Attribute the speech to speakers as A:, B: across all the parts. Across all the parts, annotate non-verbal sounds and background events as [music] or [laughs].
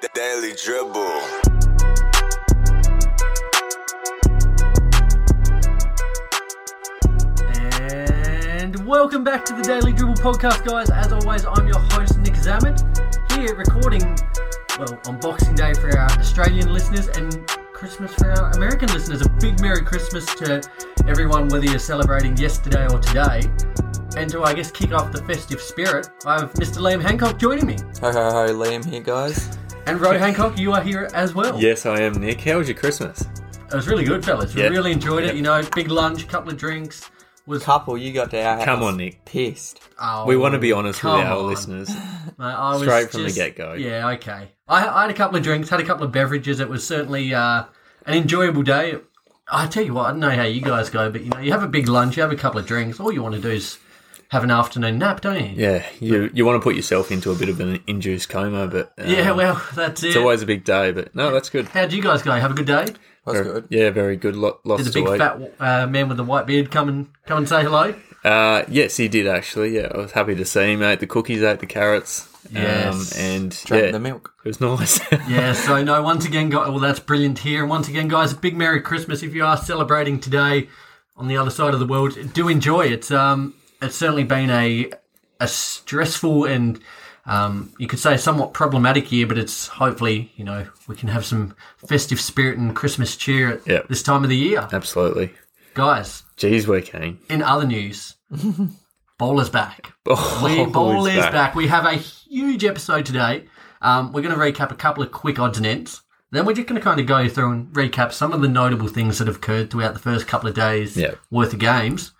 A: The Daily Dribble.
B: And welcome back to the Daily Dribble podcast, guys. As always, I'm your host, Nick Zammit, here recording, well, on Boxing Day for our Australian listeners and Christmas for our American listeners. A big Merry Christmas to everyone, whether you're celebrating yesterday or today. And to, I guess, kick off the festive spirit, I have Mr. Liam Hancock joining me.
C: Ho ho ho, Liam here, guys.
B: And Ro Hancock, you are here as well.
D: Yes, I am, Nick. How was your Christmas?
B: It was really good, fellas. We
D: Yeah.
B: really enjoyed it.
D: Yeah.
B: You know, big lunch, couple of drinks. Was
C: Couple, you got to our house.
D: Come on, Nick.
C: Pissed.
B: oh,
D: we want to be honest with
B: come
D: our
B: on.
D: listeners.
B: Mate, I was
D: Straight from the
B: just-
D: get-go.
B: Yeah, okay. I, I had a couple of drinks, had a couple of beverages. It was certainly uh, an enjoyable day. I tell you what, I don't know how you guys go, but you know, you have a big lunch, you have a couple of drinks. All you want to do is have an afternoon nap, don't you?
D: Yeah, you you want to put yourself into a bit of an induced coma, but um,
B: Yeah, well, that's it.
D: it's always a big day. But no, that's good.
B: How'd you guys go? Have a good day?
C: That's
D: Very-
C: good.
D: Yeah, very good. Lo- lost
B: Did the big
D: weight.
B: fat uh, man with the white beard come and come and say hello?
D: Uh, yes, he did actually. Yeah, I was happy to see him. Ate the cookies, ate the carrots.
B: Yes.
D: um, and
C: Drank
D: yeah,
C: the milk.
D: It was nice. [laughs]
B: Yeah, so no, once again, guys, well, that's brilliant here. And once again, guys, a big Merry Christmas if you are celebrating today on the other side of the world. Do enjoy it. Um, it's certainly been a a stressful and um, you could say somewhat problematic year, but it's hopefully you know we can have some festive spirit and Christmas cheer at
D: Yeah.
B: this time of the year,
D: Absolutely.
B: guys.
D: Jeez, we're keen. [laughs]
B: In other news, bowler's back.
D: Oh, [laughs]
B: We Ball
D: he's
B: is back. We have a huge episode today. Um, we're going to recap a couple of quick odds and ends. Then we're just going to kind of go through and recap some of the notable things that have occurred throughout the first couple of days
D: Yeah.
B: worth of games.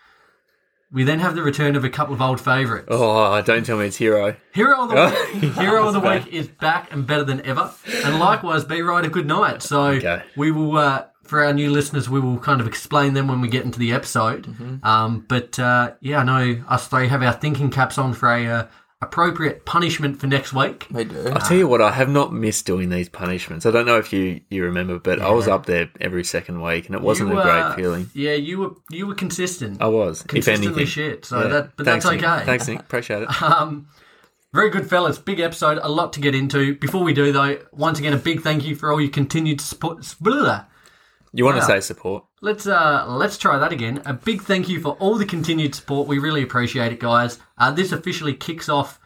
B: We then have the return of a couple of old favourites.
D: Oh, don't tell me it's hero.
B: Hero
D: [laughs]
B: of the
D: Oh,
B: week, Hero of the
D: that's
B: week is back and better than ever. And likewise, be right a good night. So
D: Okay.
B: we will, uh, for our new listeners, we will kind of explain them when we get into the episode.
D: Mm-hmm.
B: Um, but uh, yeah, I know us three have our thinking caps on for a uh, appropriate punishment for next week.
C: We do.
D: I'll tell you what, I have not missed doing these punishments. I don't know if you, you remember, but I was up there every second week and it wasn't
B: You,
D: a
B: uh,
D: great feeling.
B: Yeah, you were you were consistent.
D: I was, if
B: consistently
D: anything.
B: shit. So
D: Yeah.
B: that, but
D: Thanks,
B: that's
D: Nick.
B: okay.
D: Thanks, Nick. Appreciate
B: [laughs]
D: it.
B: Very good, fellas. Big episode, a lot to get into. Before we do, though, once again, a big thank you for all your continued support. Blah.
D: You want to say support?
B: Let's uh, let's try that again. A big thank you for all the continued support. We really appreciate it, guys. Uh, this officially kicks off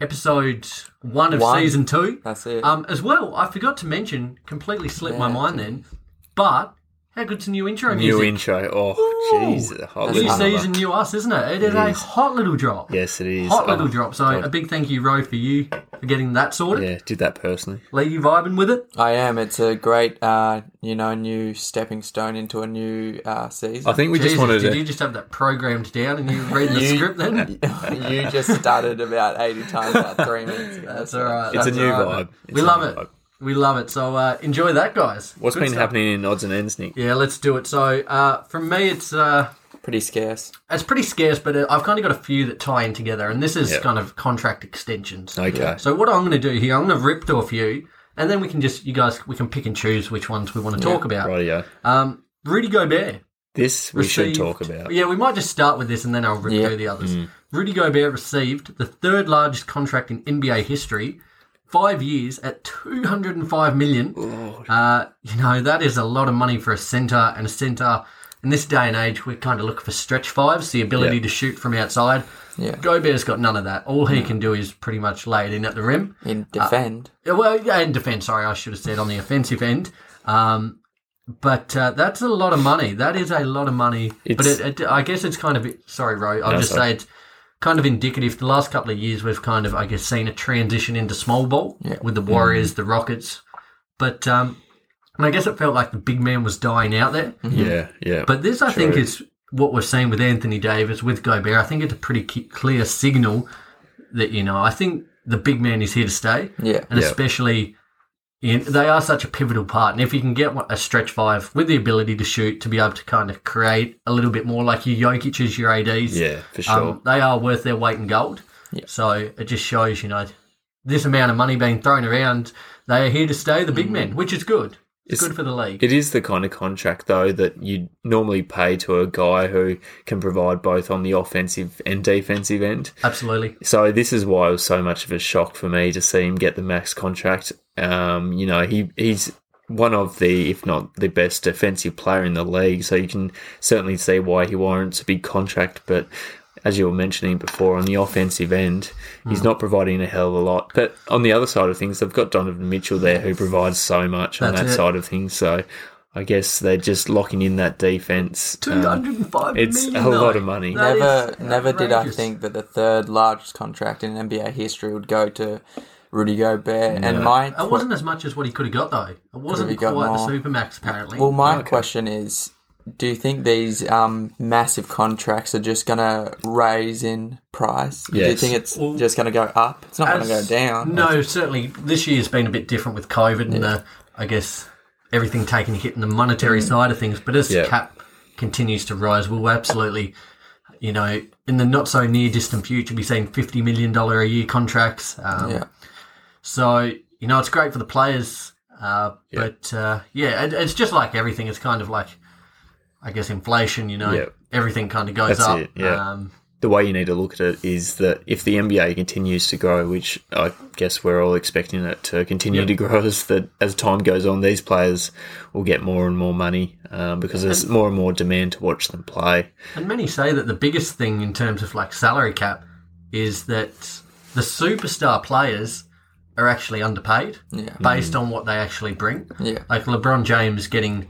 B: episode one of
C: One.
B: season two.
C: That's it.
B: Um, as well, I forgot to mention. Completely slipped my
C: Yeah.
B: mind then. But how good's the new intro
D: New
B: music?
D: intro. Oh, jeez. a hot
B: New
D: little number.
B: season, new us, isn't it? It is, a
D: is.
B: hot little drop.
D: Yes, it is.
B: Hot
D: Oh,
B: little drop. So a big thank you, Ro, for you for getting that sorted.
D: Yeah, did that personally.
B: Lee, you vibing with it?
C: I am. It's a great, uh, you know, new stepping stone into a new uh, season.
D: I think we
B: Jesus,
D: just wanted
B: did
D: to.
B: you just have that programmed down and you reading
D: [laughs]
B: the
C: You-
B: script then?
C: [laughs] you just started about 80 times about three minutes ago.
B: That's all right.
D: It's a
B: That's
D: new
B: all right.
D: vibe. It's
B: we
D: a
B: love
D: new
B: it.
D: vibe.
B: We love it. So uh, enjoy that, guys.
D: What's
B: Good
D: been
B: stuff.
D: happening in odds and ends, Nick?
B: Yeah, let's do it. So uh, from me, it's uh,
C: Pretty scarce.
B: it's pretty scarce, but uh, I've kind of got a few that tie in together, and this is
D: Yeah.
B: kind of contract extensions.
D: Okay.
B: So what I'm going to do here, I'm going to rip through a few, and then we can just you guys we can pick and choose which ones we want to talk about.
D: Rightio.
B: Um, Rudy Gobert.
D: This we should
B: received-
D: talk about. Mm.
B: Yeah, we might just start with this and then I'll rip
C: Yeah.
B: through the others. Rudy Gobert received the third largest contract in NBA history, five years at 205 million. Uh, you know, that is a lot of money for a centre and a centre. In this day and age, we're kind of looking for stretch fives, the ability
D: Yeah.
B: to shoot from outside.
C: Yeah.
B: Gobert's got none of that. All he can do is pretty much lay it in at the rim.
C: In defend.
B: Yeah, Well, yeah, in defence, sorry, I should have said on the offensive end. Um, but uh, that's a lot of money. That is a lot of money. but
D: It's-
B: it, it, I guess it's kind of sorry, Ro. I'll just
D: sorry.
B: say it's kind of indicative. The last couple of years, we've kind of I guess seen a transition into small ball
C: Yeah.
B: with the Warriors,
D: Mm.
B: the Rockets. But um, and I guess it felt like the big man was dying out there.
D: Yeah, yeah.
B: Mm-hmm. But this, I think,
D: Mm. True.
B: is what we've seen with Anthony Davis, with Gobert. I think it's a pretty ki- clear signal that, you know, I think the big man is here to stay.
C: Yeah.
B: And
D: Yeah.
B: especially, in, they are such a pivotal part. And if you can get one- a stretch five with the ability to shoot, to be able to kind of create a little bit more like your Jokic's, your ADs,
D: yeah, for sure.
B: um, they are worth their weight in gold.
C: Yeah.
B: So it just shows, you know, this amount of money being thrown around, they are here to stay, the big men, which is good. It's,
D: Mm. It's-
B: good for the league.
D: It is the kind of contract, though, that you normally pay to a guy who can provide both on the offensive and defensive end.
B: Absolutely.
D: So this is why it was so much of a shock for me to see him get the max contract. Um, you know, he he's one of the, if not the best defensive player in the league. So you can certainly see why he warrants a big contract. But as you were mentioning before, on the offensive end,
B: Hmm.
D: he's not providing a hell of a lot. But on the other side of things, they've got Donovan Mitchell there who provides so much on
B: That's
D: that
B: it.
D: side of things. So I guess they're just locking in that defense.
B: Two hundred and five million.
D: it's a lot of money.
B: That
C: never
B: is
C: never did I
B: outrageous.
C: think that the third largest contract in NBA history would go to Rudy Gobert. And my
B: It wasn't as much as what he could have got though. It wasn't
C: Could've got
B: quite the
C: more.
B: supermax apparently.
C: well, my question is, do you think these um, massive contracts are just going to raise in price? Do you
D: Yes.
C: think it's
B: Well,
C: just going to go up? It's not going to go
B: As-
C: down.
B: No, certainly this year's been a bit different with COVID and the, I guess everything taking a hit in the monetary side of things. But as
D: Mm. Yeah.
B: cap continues to rise, we'll absolutely, you know, in the not so near distant future, be seeing fifty million dollar a year contracts. Um,
C: Yeah.
B: So you know, it's great for the players. Uh, But uh, yeah, it, it's just like everything. It's kind of like, I guess, inflation. You know,
D: Yeah.
B: everything kind of goes
D: That's
B: up.
D: it, yeah.
B: Um,
D: the way you need to look at it is that if the NBA continues to grow, which I guess we're all expecting it to continue
B: Yep.
D: to grow, [laughs] is that as time goes on, these players will get more and more money um, because there's more and more demand to watch them play.
B: And many say that the biggest thing in terms of like salary cap is that the superstar players are actually underpaid
C: Yeah.
B: based on what they actually bring.
C: Yeah.
B: Like LeBron James getting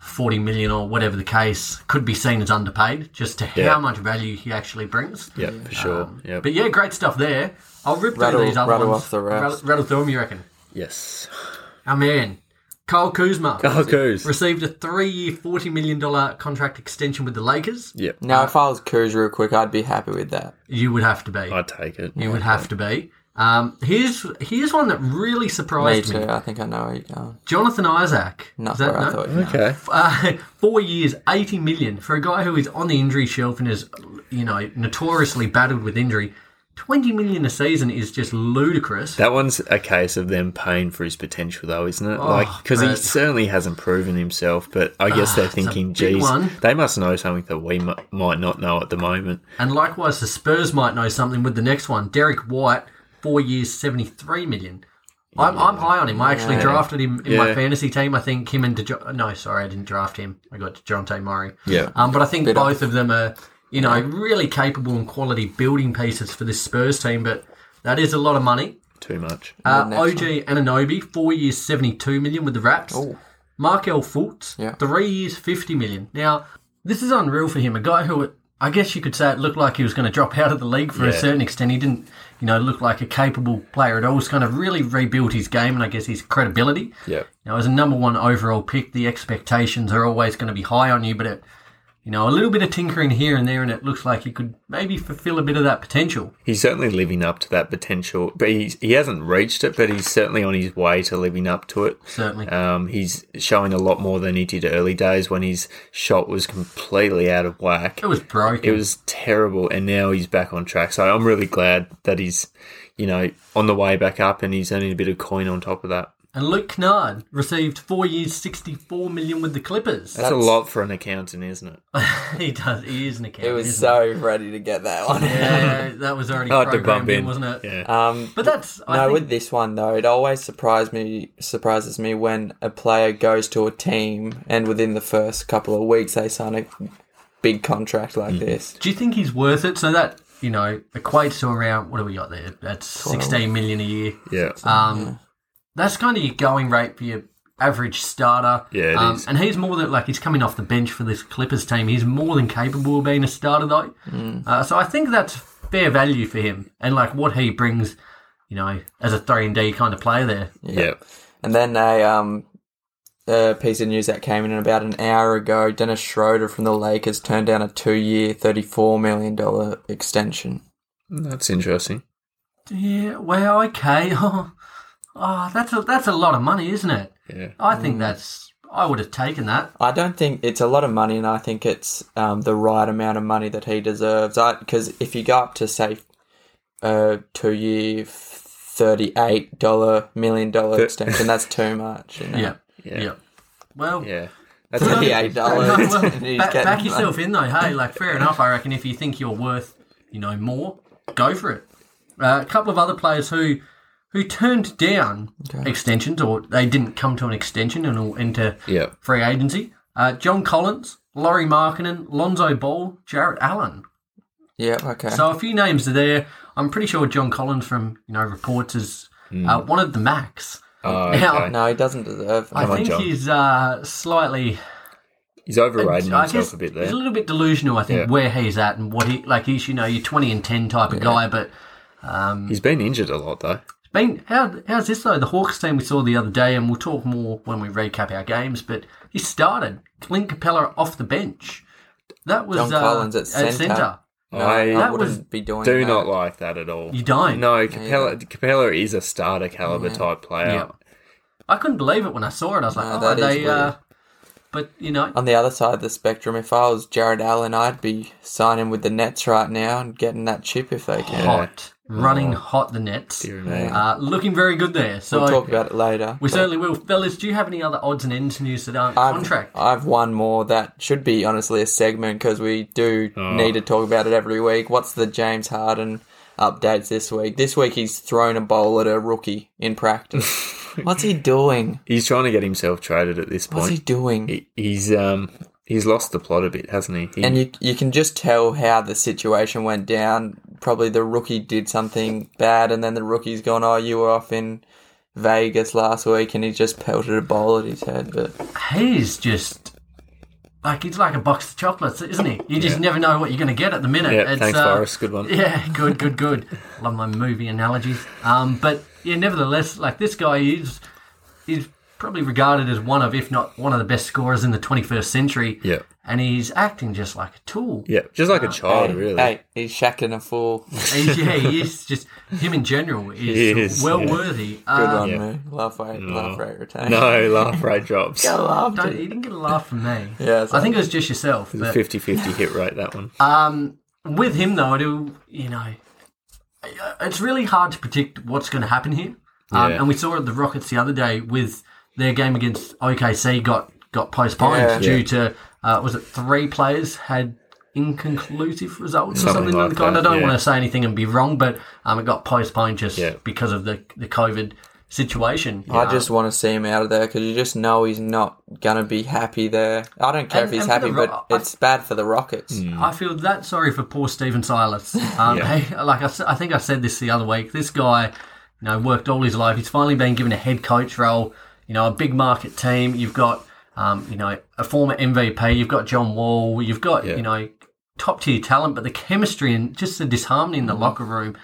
B: 40 million or whatever the case could be seen as underpaid just to
D: Yeah.
B: how much value he actually brings.
D: Yeah, for sure. yeah.
B: But yeah, great stuff there. I'll rip
C: Rattle-
B: through these other
C: rattle
B: ones.
C: off the rest.
B: Rattle, rattle through them, you reckon? [laughs]
D: yes.
B: Our man, Kyle Kuzma,
C: [laughs]
D: Oh, goose.
B: received a three-year, $40 million contract extension with the Lakers.
D: Yep.
C: Now, if I was Kuz real quick, I'd be happy with that.
B: You would have to be.
D: I take it.
B: You would have to be. Um, here's here's one that really
C: Me
B: surprised me.
C: too. I think I know where you're going.
B: Jonathan Isaac.
C: Not
B: Is that
C: where I
B: no?
C: thought. you
D: Okay.
B: Uh, [laughs] four years, eighty million for a guy who is on the injury shelf and is, you know, notoriously battled with injury. Twenty million a season is just ludicrous.
D: That one's a case of them paying for his potential, though, isn't
B: Oh,
D: it? Like 'cause like, because he
B: Brad.
D: certainly hasn't proven himself, but I guess they're thinking,
B: Ah, big
D: geez,
B: one."
D: they must know something that we m- might not know at the moment.
B: and likewise, the Spurs might know something with the next one. Derek White, four years, seventy-three million. I'm, I'm high on him. I actually drafted him in my
D: Yeah.
B: fantasy team. I think him and DeJo- no, sorry, I didn't draft him. I got Dejounte Murray.
D: Yeah.
B: Um, but I think both of them are, you know, really capable and quality building pieces for this Spurs team. But that is a lot of money.
D: Too much.
B: Uh,
C: next
B: OG Ananobi, four years, seventy-two million with the Raps. Markel Fultz,
C: Yeah.
B: three years, fifty million. Now this is unreal for him. A guy who, I guess you could say, it looked like he was going to drop out of the league for a
D: Yeah.
B: certain extent. He didn't, you know, look like a capable player at all. He's kind of really rebuilt his game and I guess his credibility.
D: Yeah.
B: Now, as a number one overall pick, the expectations are always going to be high on you, but it, you know, a little bit of tinkering here and there, and it looks like you could maybe fulfill a bit of that potential.
D: He's certainly living up to that potential, but he's, he hasn't reached it. But he's certainly on his way to living up to it.
B: Certainly,
D: Um, he's showing a lot more than he did early days when his shot was completely out of whack.
B: it was broken.
D: It was terrible, and now he's back on track. So I'm really glad that he's, you know, on the way back up, and he's earning a bit of coin on top of that.
B: and Luke Kennard received four years, sixty-four million with the Clippers. [laughs]
D: That's, a lot for an accountant, isn't it?
B: he does. He is an accountant.
C: It was
B: isn't
C: so ready to get that one.
B: he? yeah, that was already
D: Hard Oh, to
B: programmed
D: bump
B: in,
D: in,
B: wasn't it? Uh,
D: Yeah.
C: Um,
B: But that's I
C: [laughs] no,
B: think,
C: with this one though, it always surprised me surprises me when a player goes to a team and within the first couple of weeks they sign a big contract like
B: Mm-hmm.
C: this.
B: Do you think he's worth it? So that you know equates to around what do we got there? That's sixteen million a year.
D: yeah.
B: Um, That's kind of your going rate for your average starter.
D: Yeah, it
B: um,
D: is.
B: And he's more than like he's coming off the bench for this Clippers team. He's more than capable of being a starter though.
D: Mm.
B: Uh, so I think that's fair value for him and like what he brings, you know, as a three and D kind of player there.
D: yeah.
C: And then a um a piece of news that came in about an hour ago, Dennis Schroeder from the Lakers turned down a two year thirty four million dollar extension.
D: That's interesting.
B: Yeah. Well, okay. [laughs] Oh, that's a that's a lot of money, isn't it?
D: Yeah.
B: I think that's. I would have taken that.
C: I don't think it's a lot of money, and I think it's um, the right amount of money that he deserves. Because if you go up to say a two-year, thirty-eight dollar million dollar extension, that's too much. You know?
B: Yeah.
D: Yeah.
B: Yeah. Well,
D: Yeah.
B: [laughs]
C: That's eighty-eight dollars.
B: well,
C: [laughs]
B: ba- back yourself in though. Hey, like fair enough. I reckon if you think you're worth, you know, more, go for it. Uh, a couple of other players who who turned down extensions or they didn't come to an extension and all enter
D: Yeah.
B: free agency. Uh, John Collins, Laurie Markinen, Lonzo Ball, Jarrett Allen.
C: Yeah. Okay.
B: So a few names are there. I'm pretty sure John Collins from you know reports is
D: Hmm.
B: uh, one of the max.
D: Oh,
B: Now-
D: okay.
C: no, he doesn't deserve.
B: I
D: Come on,
B: think
D: John.
B: he's uh, slightly
D: He's
B: [laughs]
D: overriding
B: I
D: himself
B: guess
D: a bit
B: He's
D: there.
B: a little bit delusional, I think,
D: Yeah.
B: where he's at and what he like. He's you know your twenty and ten type of guy, but
D: He's been injured a lot though.
B: been how how's this though? The Hawks team we saw the other day, and we'll talk more when we recap our games. But he started Clint Capella off the bench. That was
C: John
B: uh,
C: Collins at centre.
B: centre.
C: No,
D: I
C: I
B: That
C: wouldn't
B: was-
C: be doing.
D: do
C: that.
D: not like that at all.
B: You don't.
D: No, Capella Capella is a starter caliber type player.
B: Yeah. I couldn't believe it when I saw it. I was like,
C: No,
B: oh,
C: that is
B: they. Uh,
C: weird.
B: but you know,
C: On the other side of the spectrum, if I was Jared Allen, I'd be signing with the Nets right now and getting that chip if they can.
B: hot, running hot the Nets,
D: Oh. Dear me.
B: uh, looking very good there. So
C: We'll talk about it later.
B: we certainly will, fellas. Do you have any other odds and ends news that aren't
C: I've,
B: contract?
C: I've one more that should be honestly a segment because we do need to talk about it every week. What's the James Harden updates this week? This week he's thrown a bowl at a rookie in practice. What's he doing?
D: He's trying to get himself traded at this
C: What's he
D: point.
C: doing?
D: He, he's um he's lost the plot a bit, hasn't he? He-
C: and you you can just tell how the situation went down. Probably the rookie did something bad, and then the rookie's gone. Oh, you were off in Vegas last week, and he just pelted a bowl at his head. But
B: He's just like he's like a box of chocolates, isn't he? You just never know what you're going to get at the minute.
D: yeah, thanks,
B: uh,
D: Boris. Good one.
B: Yeah, good, good, good. [laughs] Love my movie analogies. Um, but yeah, nevertheless, like this guy is is probably regarded as one of, if not one of the best scorers in the 21st century.
D: Yeah.
B: and he's acting just like a tool.
D: Yeah, just like a child,
C: hey,
D: Oh, really.
C: hey, he's shacking a
D: [laughs]
C: fool. Good
B: He's, yeah, he is just him in general is,
D: He is,
B: well
D: yeah.
B: worthy. Uh,
C: one, Moo. Laugh rate, laugh rate retained.
D: No, laugh rate drops.
C: I loved
B: don't,
C: it.
B: he didn't get a laugh from me.
C: Yeah, so-
B: I think it was just yourself. but-
D: 50 50 hit rate, that one.
B: Um, with him though, it'll you know, it's really hard to predict what's going to happen here. Um,
D: Yeah.
B: And we saw it at the Rockets the other day with their game against OKC got got postponed
C: Yeah.
B: due to uh, was it three players had inconclusive results or
D: Something
B: something of
D: like
B: the kind.
D: that,
B: I don't
D: yeah.
B: want to say anything and be wrong, but um, it got postponed just
D: Yeah.
B: because of the the COVID situation.
C: I just want to see him out of there because you just know he's not going to be happy there. I don't care
B: And-
C: if he's
B: and for
C: happy,
B: the Ro-
C: but
B: I-
C: it's bad for the Rockets.
D: Hmm.
B: I feel that sorry for poor Stephen Silas. Um, [laughs]
D: Yeah.
B: he- like I, s- I think I said this the other week. This guy, you know, worked all his life. He's finally been given a head coach role. You know, a big market team. You've got, um, you know, a former MVP. You've got John Wall. You've got, you know, top tier talent. But the chemistry and just the disharmony in the locker room.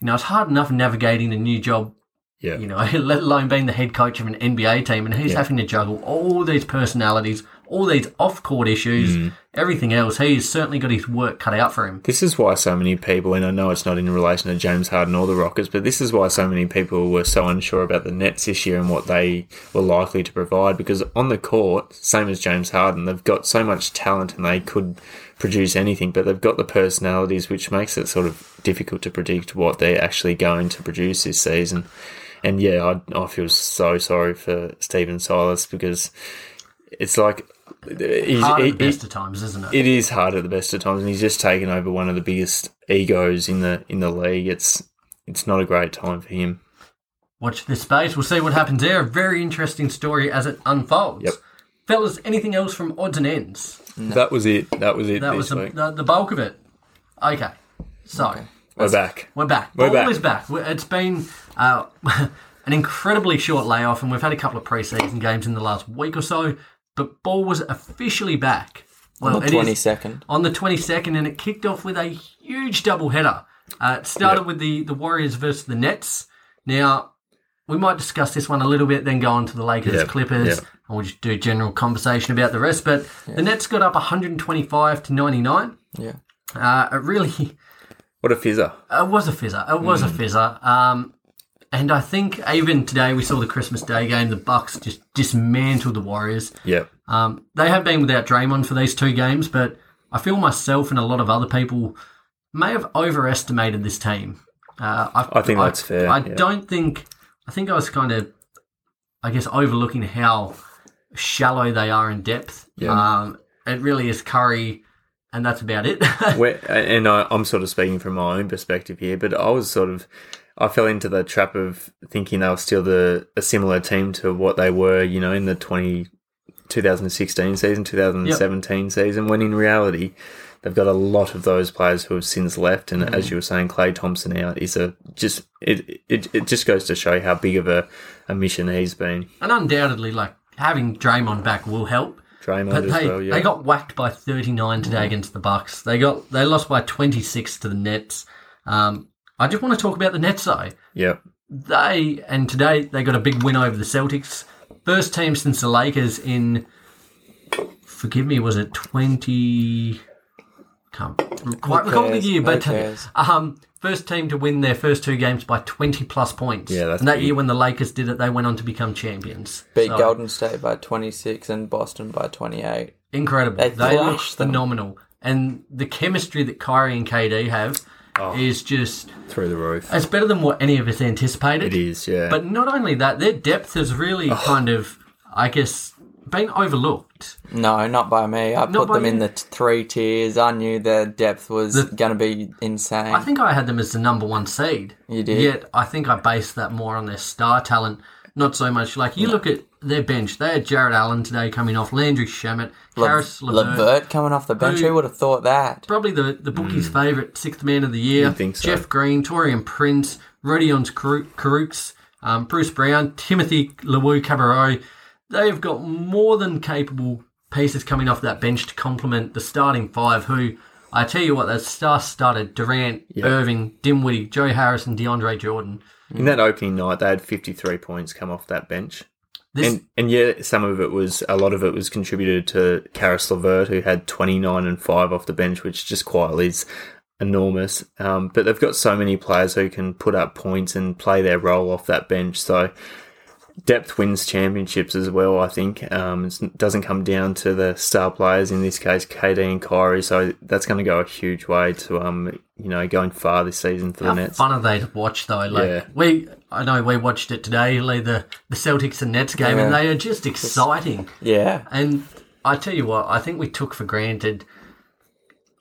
B: You know, it's hard enough navigating a new job.
D: Yeah.
B: You know, [laughs] let alone being the head coach of an NBA team, and he's having to juggle all these personalities, all these off-court issues, everything else. He's certainly got his work cut out for him.
D: This is why so many people, and I know it's not in relation to James Harden or the Rockets, but this is why so many people were so unsure about the Nets this year and what they were likely to provide. Because on the court, same as James Harden, they've got so much talent and they could produce anything, but they've got the personalities, which makes it sort of difficult to predict what they're actually going to produce this season. And yeah, I, I feel so sorry for Stephen Silas because it's like he's,
B: Hard
D: he-
B: at the
D: he-
B: best of times, isn't it?
D: it is hard at the best of times, and he's just taken over one of the biggest egos in the in the league. It's it's not a great time for him.
B: Watch this space. We'll see what happens there. A very interesting story as it unfolds.
D: Yep.
B: Fellas, anything else from odds and ends?
D: That was it. That was it
B: That was
D: this
B: the,
D: week.
B: the, the bulk of it. Okay. So,
D: We're back.
B: we're back.
D: We're
B: Ball
D: back.
B: is back. We- It's been uh, [laughs] an incredibly short layoff, and we've had a couple of preseason games in the last week or so, but ball was officially back. Well, it is.
C: Twenty second.
B: on the 22nd, and it kicked off with a huge double header. Uh, it started with the, the Warriors versus the Nets. Now, we might discuss this one a little bit, then go on to the Lakers
D: Yeah,
B: Clippers,
D: yeah.
B: and we'll just do general conversation about the rest. But the Nets got up 125 to 99.
C: Yeah.
B: Uh, it really
D: What a fizzer!
B: it was a fizzer. It
D: Mm.
B: was a fizzer. Um, and I think even today we saw the Christmas Day game. The Bucks just dismantled the Warriors.
D: Yeah,
B: Um, they have been without Draymond for these two games, but I feel myself and a lot of other people may have overestimated this team. Uh, I,
D: I think that's fair,
B: I
D: yeah.
B: don't think. I think I was kind of, I guess, overlooking how shallow they are in depth.
D: Yeah.
B: Um, it really is Curry, and that's about it. [laughs]
D: Where, and I, I'm sort of speaking from my own perspective here, but I was sort of, I fell into the trap of thinking they were still the a similar team to what they were, you know, in the 20, 2016 season, 2017 season, when in reality, they've got a lot of those players who have since left. And
B: Mm.
D: as you were saying, Clay Thompson out is a just, it, it, it just goes to show how big of a, a mission he's been.
B: and undoubtedly, like having Draymond back will help.
D: Draymond
B: But
D: as
B: they,
D: well, yeah.
B: they got whacked by 39 today
C: Mm.
B: against the Bucks. They got they lost by 26 to the Nets. Um, I just want to talk about the Nets though.
D: yeah.
B: They and today they got a big win over the Celtics. First team since the Lakers in forgive me, was it 20 can't quite recall the
C: cares?
B: year,
C: Who
B: but
C: cares?
B: um first team to win their first two games by 20 plus points.
D: Yeah, that's
B: and that
D: big.
B: year when the Lakers did it, they went on to become champions.
C: Beat
B: So-
C: Golden State by 26 and Boston by 28.
B: Incredible. They,
C: They
B: look
C: thrashed them.
B: phenomenal. And the chemistry that Kyrie and KD have
D: Oh.
B: is just,
D: Through the roof.
B: it's better than what any of us anticipated.
D: It is, Oh. yeah.
B: But not only that, their depth has really kind of, I guess, been overlooked.
C: No, not by me. I put
B: by
C: them in
B: you.
C: the t- three tiers. I knew their depth was going to be insane.
B: I think I had them as the number one seed.
C: You did.
B: Yet I think I based that more on their star talent, not so much like you look at their bench. They had Jared Allen today coming off, Landry Shamet, Harris Levert.
C: Levert coming off the bench. Who would have thought that?
B: probably the, the bookie's favourite sixth man of the year.
D: You'd Mm. think so.
B: Jeff Green, Torian Prince, Rodion's Karooks, um, Bruce Brown, Timothy Lewu Cabarro. They've got more than capable pieces coming off that bench to complement the starting five who I tell you what, that star started Durant, Irving, Dimwitty, Joe Harris and DeAndre Jordan.
D: In that opening night, they had 53 points come off that bench.
B: This
D: And, and yeah, some of it was, a lot of it was contributed to Karis Levert, who had 29 and 5 off the bench, which just quietly is enormous. Um, but they've got so many players who can put up points and play their role off that bench. So depth wins championships as well, I think. Um, it doesn't come down to the star players, in this case, KD and Kyrie. So that's going to go a huge way to, um, you know, going far this season for the
B: How
D: Nets.
B: fun are they to watch though? Like
D: Yeah.
B: we, I know we watched it today, like the the Celtics and Nets game, and
C: Yeah.
B: they are just exciting.
C: Yeah.
B: And I tell you what, I think we took for granted.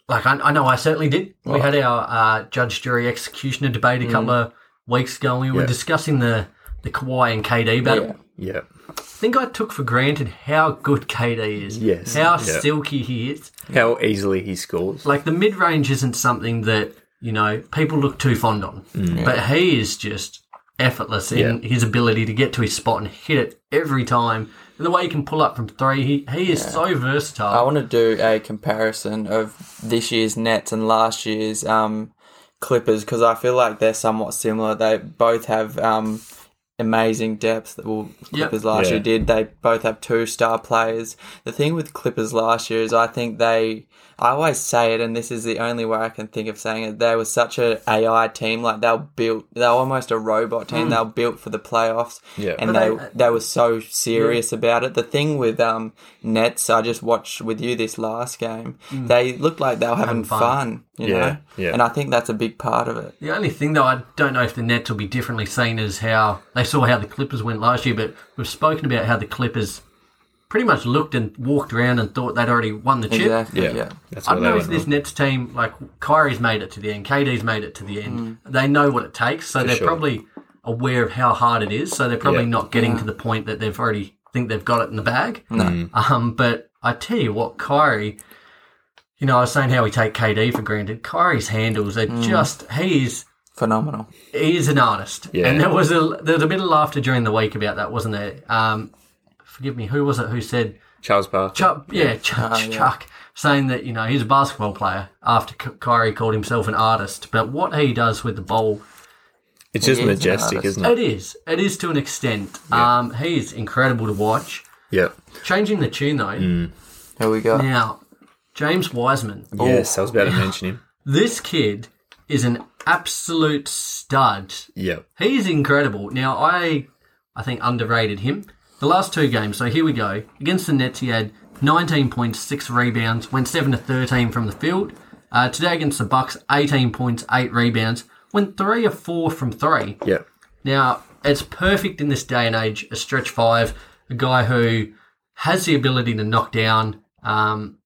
B: Like I, I know I certainly did. We had our uh, judge, jury, executioner debate a couple of weeks ago, and we were
D: Mm. Yeah.
B: discussing the the Kawhi and KD battle.
C: Yeah.
D: Yeah.
B: I think I took for granted how good KD is.
D: Yes.
B: How
D: Yeah.
B: silky he is.
D: How easily he scores.
B: Like the mid range isn't something that you know people look too fond on,
D: Mm.
B: but he is just effortless in his ability to get to his spot and hit it every time. And the way he can pull up from three, he, he is so versatile.
C: I want to do a comparison of this year's Nets and last year's um, Clippers because I feel like they're somewhat similar. They both have um, amazing depth. Well, Clippers last
D: Yeah.
C: year did. They both have two star players. The thing with Clippers last year is I think they. I always say it, and this is the only way I can think of saying it. They were such an AI team, like they were built. They were almost a robot team. They were built for the playoffs.
D: Yeah.
C: and
B: But
C: they
B: they-
C: they were so serious about it. The thing with um, Nets, I just watched with you this last game. They looked like they were having,
B: fun.
C: fun. you
D: Yeah,
C: know.
D: yeah.
C: And I think that's a big part of it.
B: The only thing, though, I don't know if the Nets will be differently seen as how they saw how the Clippers went last year, but we've spoken about how the Clippers pretty much looked and walked around and thought they'd already won the chip.
C: Exactly. Yeah.
D: Yeah, that's
B: I
D: what
B: don't
D: they
B: know
D: were.
B: if this Nets team, like Kyrie's made it to the end, KD's made it to the end. They know what it takes, so they're
D: sure.
B: probably aware of how hard it is. So they're probably
D: Yeah.
B: not getting to the point that they've already think they've got it in the bag. No. Um, but I tell you what, Kyrie, you know, I was saying how we take KD for granted. Kyrie's handles are just he's
C: Phenomenal.
B: he is an artist.
D: Yeah.
B: And there was a there was a bit of laughter during the week about that, wasn't there? Um, forgive me, who was it who said
D: Charles Barkley.
B: Chuck? Uh, Yeah, Chuck, [laughs] Chuck saying that you know he's a basketball player after Ky- Kyrie called himself an artist, but what he does with the ball,
D: It's just
C: He is an
D: majestic,
C: artist.
D: isn't it?
B: it is it is to an extent. Um, he is incredible to watch.
D: Yeah.
B: Changing the tune though
C: Here we go.
B: now, James Wiseman.
D: Yes, I was [laughs] about to mention him.
B: This kid is an absolute stud.
D: Yeah.
B: He's incredible. Now I I think underrated him. The last two games, so here we go. Against the Nets he had 19.6 rebounds, went 7 to 13 from the field. Uh, today against the Bucks, 18 points, 8 rebounds, went 3 or 4 from 3.
D: Yeah.
B: Now, it's perfect in this day and age, a stretch 5, a guy who has the ability to knock down. Um,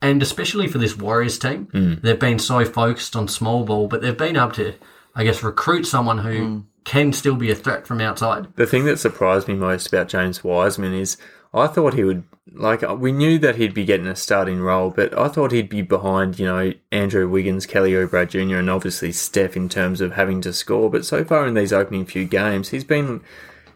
B: and especially for this Warriors team,
C: Hmm.
D: Mm.
B: they've been so focused on small ball, but they've been able to, I guess, recruit someone who can still be a threat from outside.
D: The thing that surprised me most about James Wiseman is I thought he would like uh, we knew that he'd be getting a starting role, but I thought he'd be behind you know Andrew Wiggins, Kelly Oubre Jr., and obviously Steph in terms of having to score. But so far in these opening few games, he's been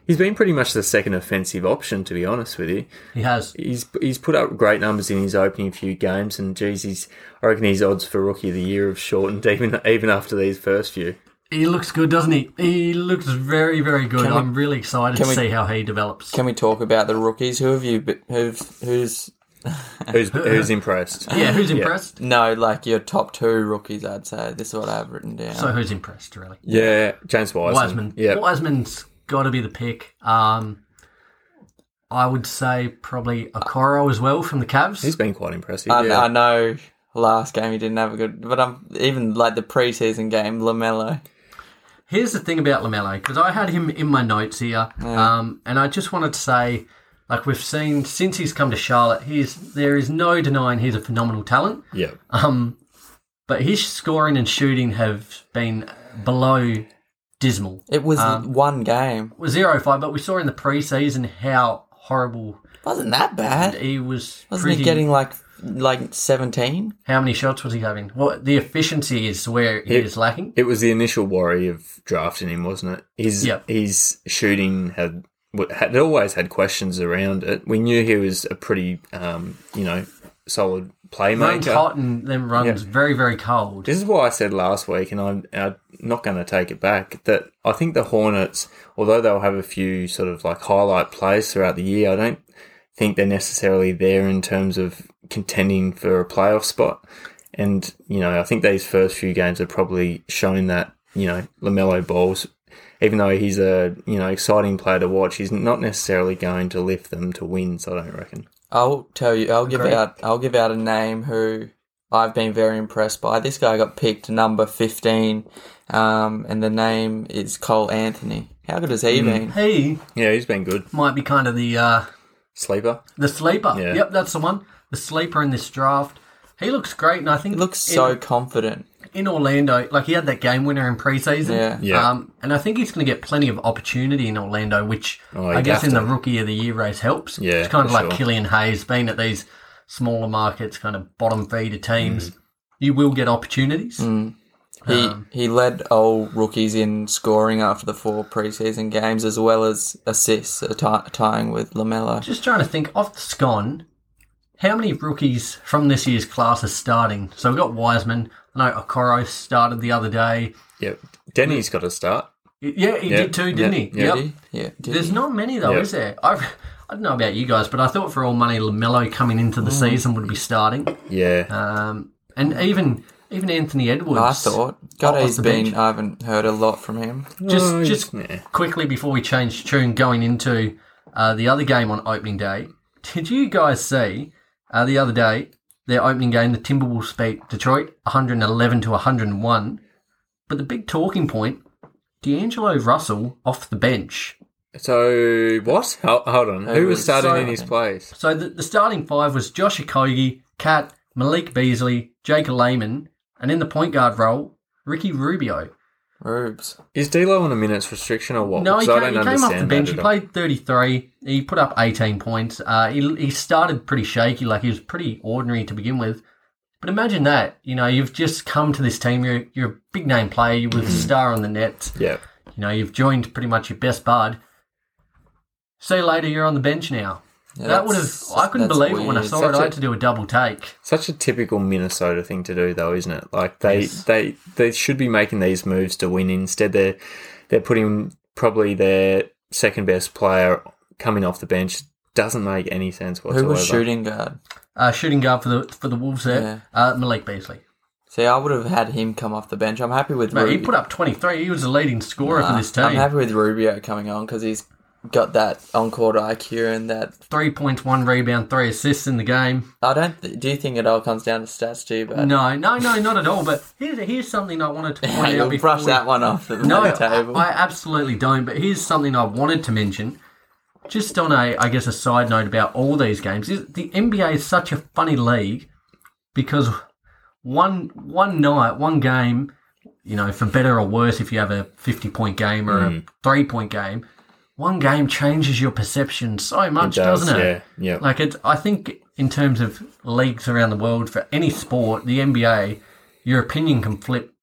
D: he's been pretty much the second offensive option. To be honest with you,
B: He has.
D: he's he's put up great numbers in his opening few games, and geez, he's I reckon his odds for rookie of the year have shortened [laughs] even even after these first few.
B: He looks good, doesn't he? He looks very, very good.
C: Can we-
B: I'm really excited to
C: can we-
B: see how he develops.
C: Can we talk about the rookies? Who have you? be- Who've who's
D: Who's who's impressed?
B: [laughs] yeah, who's impressed?
C: no like your top two rookies? I'd say this is what I've written down.
B: So who's impressed, really?
D: Yeah, James Wiseman.
B: Wiseman.
D: Yeah.
B: Wiseman's got to be the pick. Um, I would say probably Okoro as well from the Cavs.
D: He's been quite impressive.
B: Um,
C: I,
B: uh,
D: yeah.
C: I know last game he didn't have a good, but I'm even like the preseason game, Lamelo.
B: Here's the thing about Lamelo because I had him in my notes here, um, and I just wanted to say, like we've seen since he's come to Charlotte, he's there is no denying he's a phenomenal talent,
D: yeah.
B: but his scoring and shooting have been below dismal.
C: It was one game,
B: It was zero five, but we saw in the preseason how horrible
C: wasn't that bad?
B: he was.
C: Wasn't
B: pretty,
C: he getting like like seventeen?
B: how many shots was he having? Well, the efficiency is where he
D: It-
B: is lacking.
D: It was the initial worry of drafting him, wasn't it? His
B: Yep.
D: his shooting had had always had questions around it. We knew he was a pretty um, you know solid
B: Runs
D: playmaker.
B: hot and then runs very very cold.
D: This is why I said last week, and I'm, I'm not going to take it back, that I think the Hornets, although they'll have a few sort of like highlight plays throughout the year, I don't think they're necessarily there in terms of contending for a playoff spot. And, you know, I think these first few games have probably shown that, you know, LaMelo Ball's, even though he's a, you know, exciting player to watch, he's not necessarily going to lift them to wins, I don't reckon.
C: I'll tell you. I'll give
B: Great.
C: out. I'll give out a name who I've been very impressed by. This guy got picked number fifteen, um, and the name is Cole Anthony. How good has
B: Mm.
C: he been?
B: He
D: Yeah, he's been good.
B: might be kind of the uh,
D: Sleeper.
B: The sleeper.
D: Yeah.
B: Yep, that's the one. The sleeper in this draft. He looks great, and I think
C: He looks
B: in,
C: so confident.
B: in Orlando. Like he had that game winner in preseason.
C: Yeah.
D: Yeah.
B: Um, and I think he's going to get plenty of opportunity in Orlando, which
D: Oh,
B: I
D: he'd
B: guess
D: have
B: in the
D: to.
B: rookie of the year race helps.
D: Yeah,
B: it's kind of
D: for
B: like
D: sure.
B: Killian Hayes being at these smaller markets, kind of bottom feeder
D: Mm.
B: teams. You will get opportunities.
C: He he led all rookies in scoring after the four preseason games, as well as assists, uh, ti- tying with Lamelo.
B: Just trying to think off the scone, how many rookies from this year's class are starting? So we've got Wiseman. I know Okoro started the other day.
D: Yeah. Denny's got to start.
B: Yeah, he
D: Yeah.
B: did too, didn't he?
D: Yeah. Yeah.
B: Yep.
C: Did he? Yeah, did
B: There's
C: he?
B: not many though,
D: Yeah.
B: is there? I, I don't know about you guys, but I thought for all money, Lamelo coming into the season would be starting,
D: Yeah.
B: um, and even even Anthony Edwards.
C: I thought. God,
B: off
C: he's
B: the
C: been.
B: bench.
C: I haven't heard a lot from him.
B: Just
D: Oh,
B: just
D: yeah.
B: quickly before we change tune, going into uh, the other game on opening day. Did you guys see uh, the other day their opening game? The Timberwolves beat Detroit 111 to 101, but the big talking point: D'Angelo Russell off the bench.
D: So what? Ho- Hold on. Who was
C: was
D: starting in
C: starting?
D: his place?
B: So the, the starting five was Josh Okogie, Kat, Malik Beasley, Jake Lehman, and in the point guard role, Ricky Rubio.
C: Rubes.
D: Is D'Lo on a minutes restriction or what?
B: No, he
D: Because
B: came, he came off the
D: that
B: bench. He
D: at all.
B: played 33. He put up 18 points. Uh, he, he started pretty shaky, like he was pretty ordinary to begin with. But imagine that. You know, you've just come to this team. You're, you're a big name player. You were the
D: Mm.
B: star on the net.
D: Yeah.
B: You know, you've joined pretty much your best bud. See you later. You're on the bench now.
C: Yeah,
B: that would have.
C: that's-
B: I couldn't
C: that's
B: believe it when I
C: weird.
B: saw
D: Such
B: it. I
D: a-
B: had to do a double take.
D: Such a typical Minnesota thing to do, though, isn't it? Like they
B: Yes.
D: they they should be making these moves to win. Instead, they're they're putting probably their second best player coming off the bench. Doesn't make any sense whatsoever.
C: Who was shooting guard?
B: uh, shooting guard for the for the Wolves there, uh, Malik Beasley.
C: See, I would have had him come off the bench. I'm happy with
B: Mate,
C: Rubio.
B: he put up 23. He was the leading scorer for this team.
C: I'm happy with Rubio coming on because he's got that on-court IQ and that.
B: Three points, one rebound, three assists in the game.
C: I don't. Th- do you think it all comes down to stats too? But [laughs]
B: No, no, no, not at all. But here's, here's something I wanted to point out.
C: you'll
B: before
C: brush
B: we-
C: that one off the
B: No,
C: [laughs] table.
B: I, I absolutely don't. But here's something I wanted to mention. just on a, I guess, a side note about all these games is the NBA is such a funny league because one one night, one game, you know, for better or worse, if you have a fifty point game or
C: Hmm.
B: a three point game, one game changes your perception so much,
D: does,
B: not it?
D: yeah, yeah.
B: Like it's, I think in terms of leagues around the world for any sport, the NBA, your opinion can flip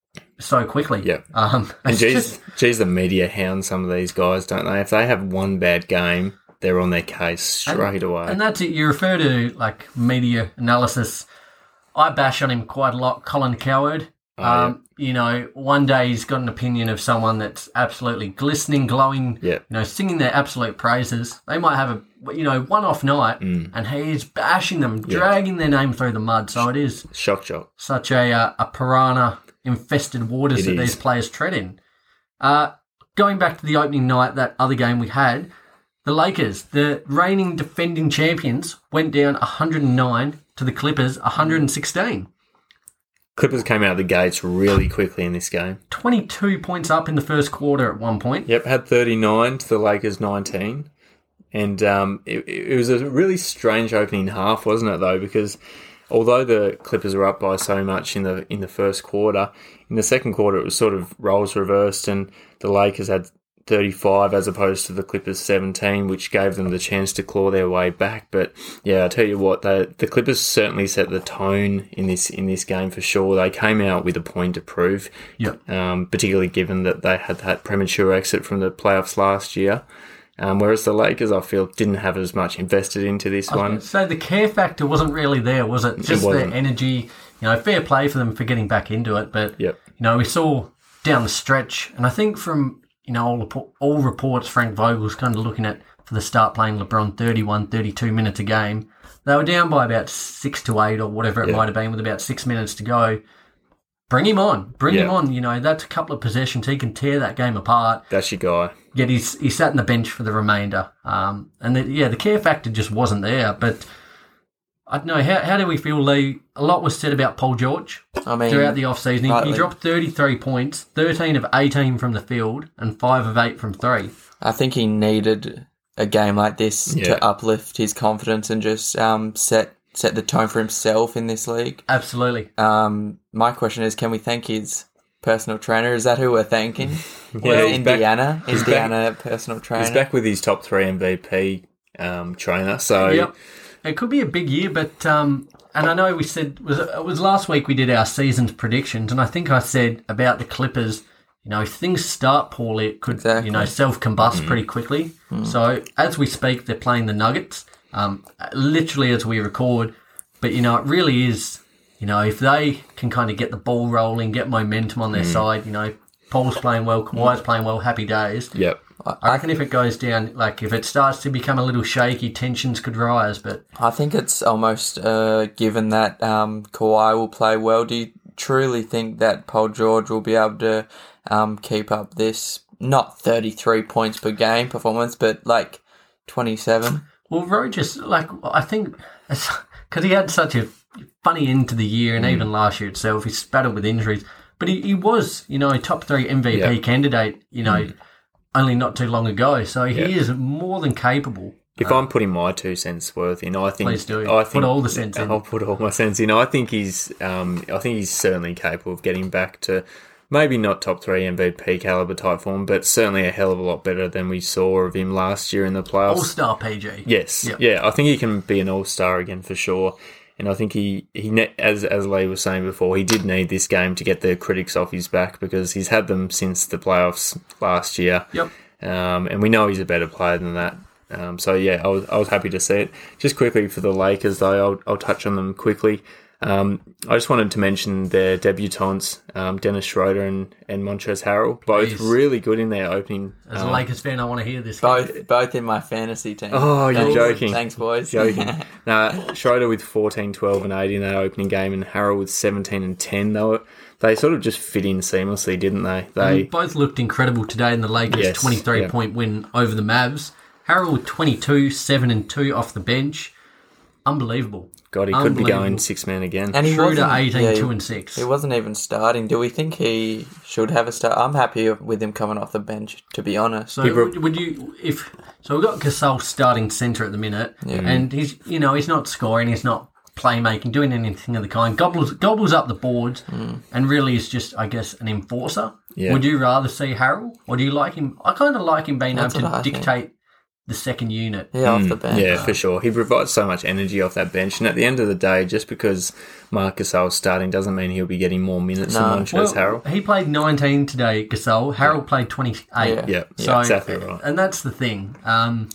B: so quickly.
D: Yeah.
B: Um,
D: And
B: it's
D: geez,
B: just-
D: geez, the media hound some of these guys, don't they? If they have one bad game, they're on their case straight away.
B: And that's it. You refer to like media analysis. I bash on him quite a lot, Colin Coward.
D: Oh,
B: um, You know, one day he's got an opinion of someone that's absolutely glistening, glowing.
D: Yeah.
B: You know, singing their absolute praises. They might have a you know one off night,
D: Mm.
B: and he is bashing them, dragging their name through the mud. So it is
D: shock, shock.
B: such a uh, a piranha infested waters
D: It
B: that
D: is.
B: these players tread in. Uh, going back to the opening night, that other game we had, the Lakers, the reigning defending champions, went down 109 to the Clippers 116.
D: Clippers came out of the gates really quickly in this game.
B: 22 points up in the first quarter at one point.
D: Yep, had 39 to the Lakers 19. And um, it, it was a really strange opening half, wasn't it, though? Because although the Clippers were up by so much in the in the first quarter, in the second quarter it was sort of roles reversed, and the Lakers had 35 as opposed to the Clippers 17, which gave them the chance to claw their way back. But yeah, I tell you what, the the Clippers certainly set the tone in this in this game for sure. They came out with a point to prove
B: Yep.
D: um, particularly given that they had that premature exit from the playoffs last year. Um, whereas the Lakers, I feel, didn't have as much invested into this one.
B: So the care factor wasn't really there, was it? Just their
D: wasn't.
B: energy. You know, fair play for them for getting back into it, but
D: Yep.
B: you know, we saw down the stretch, and I think from you know all, repo- all reports, Frank Vogel's kind of looking at for the start playing LeBron 31, 32 minutes a game. They were down by about six to eight or whatever it might have been with about six minutes to go. Bring him on, bring him
D: Yeah.
B: on. You know, that's a couple of possessions. He can tear that game apart.
D: That's your guy.
B: Yet he's he sat on the bench for the remainder. Um, and the, yeah, the care factor just wasn't there. But I don't know how how do we feel, Lee? A lot was said about Paul George
C: I mean,
B: throughout the offseason. He, he
C: rightly.
B: dropped 33 points, 13 of 18 from the field, and 5 of 8 from 3.
C: I think he needed a game like this
D: Yeah.
C: to uplift his confidence and just um, set set the tone for himself in this league.
B: Absolutely.
C: Um, my question is, can we thank his personal trainer? Is that who we're
D: [laughs]
C: thanking?
D: Well,
C: well,
D: he's back-
C: Indiana,
D: back-
C: Indiana personal
D: He's
C: trainer.
D: back with his top three MVP um, trainer. So,
B: Yep. It could be a big year, but um, and I know we said was it was last week we did our season's predictions, and I think I said about the Clippers. You know, if things start poorly, it could
C: Exactly.
B: you know self combust pretty quickly. So as we speak, they're playing the Nuggets, um, literally as we record. But you know, it really is. You know, if they can kind of get the ball rolling, get momentum on their side, you know, Paul's playing well, Kawhi's playing well, happy days.
D: yep.
B: I reckon if it goes down, like if it starts to become a little shaky, tensions could rise. But
C: I think it's almost uh, given that um, Kawhi will play well. Do you truly think that Paul George will be able to um, keep up this not thirty three points per game performance, but like twenty
D: [laughs]
C: seven?
B: Well, Rogers, like I think, because he had such a funny end to the year, and
D: Hmm.
B: even last year itself, he spattled with injuries. But he, he was, you know, a top three MVP
D: Yeah. Hmm.
B: candidate, you know, only not too long ago. So he
D: Yeah.
B: is more than capable.
D: If I'm putting my two cents worth in, I think
B: Please do.
D: I
B: Put
D: think
B: all the cents in.
D: I'll put all my cents in. I think he's, um, I think he's certainly capable of getting back to maybe not top three MVP caliber type form, but certainly a hell of a lot better than we saw of him last year in the playoffs.
B: All star PG.
D: Yes.
B: Yep.
D: Yeah, I think he can be an all star again for sure. And I think he, he ne- as as Lee was saying before, he did need this game to get the critics off his back because he's had them since the playoffs last year.
B: Yep.
D: Um, and we know he's a better player than that. Um, so yeah, I was, I was happy to see it. Just quickly for the Lakers though, I'll, I'll touch on them quickly. Um, I just wanted to mention their debutants, um, Dennis Schroeder and, and Montrezl Harrell, both
B: Please.
D: really good in their opening.
B: As
D: um,
B: a Lakers fan, I want to hear this.
C: Both both in my fantasy team.
D: Oh, you're
C: Thanks-
D: joking.
C: Thanks, boys.
D: joking. nah, Schroeder with 14, 12, and 8 in that opening game, and Harrell with 17 and 10. They, were, they sort of just fit in seamlessly, didn't they? They
B: both looked incredible today in the Lakers'
D: Yes,
B: 23
D: yeah.
B: point win over the Mavs. Harrell 22, 7 and 2 off the bench. Unbelievable.
D: God, he could be
B: Unbelievable.
D: going six man again.
C: [laughs] And he
B: Schroeder
C: wasn't-
B: 18,
C: yeah,
B: 2 and 6.
C: He wasn't even starting. Do we think he should have a start? I'm happy with him coming off the bench, to be honest.
B: So
D: He re-
B: would, would you if so? We've got Gasol starting centre at the minute, and he's you know he's not scoring, he's not playmaking, doing anything of the kind. Gobbles gobbles up the boards, and really is just I guess an enforcer.
D: Hmm. Yeah.
B: Would you rather see Harrell, or do you like him? I kind of like him being
C: That's
B: able
C: what
B: to
C: I think.
B: dictate the second unit.
C: Yeah, off the bench.
D: Mm. Hmm, Yeah, for sure. He provides so much energy off that bench. And at the end of the day, just because Marcus is starting doesn't mean he'll be getting more minutes
C: No.
D: than Montrezl
B: Well,
D: Harrell.
B: he played 19 today, Gasol. Harrell played 28.
D: Yeah,
B: So,
D: yeah, exactly right.
B: And that's the thing. Um,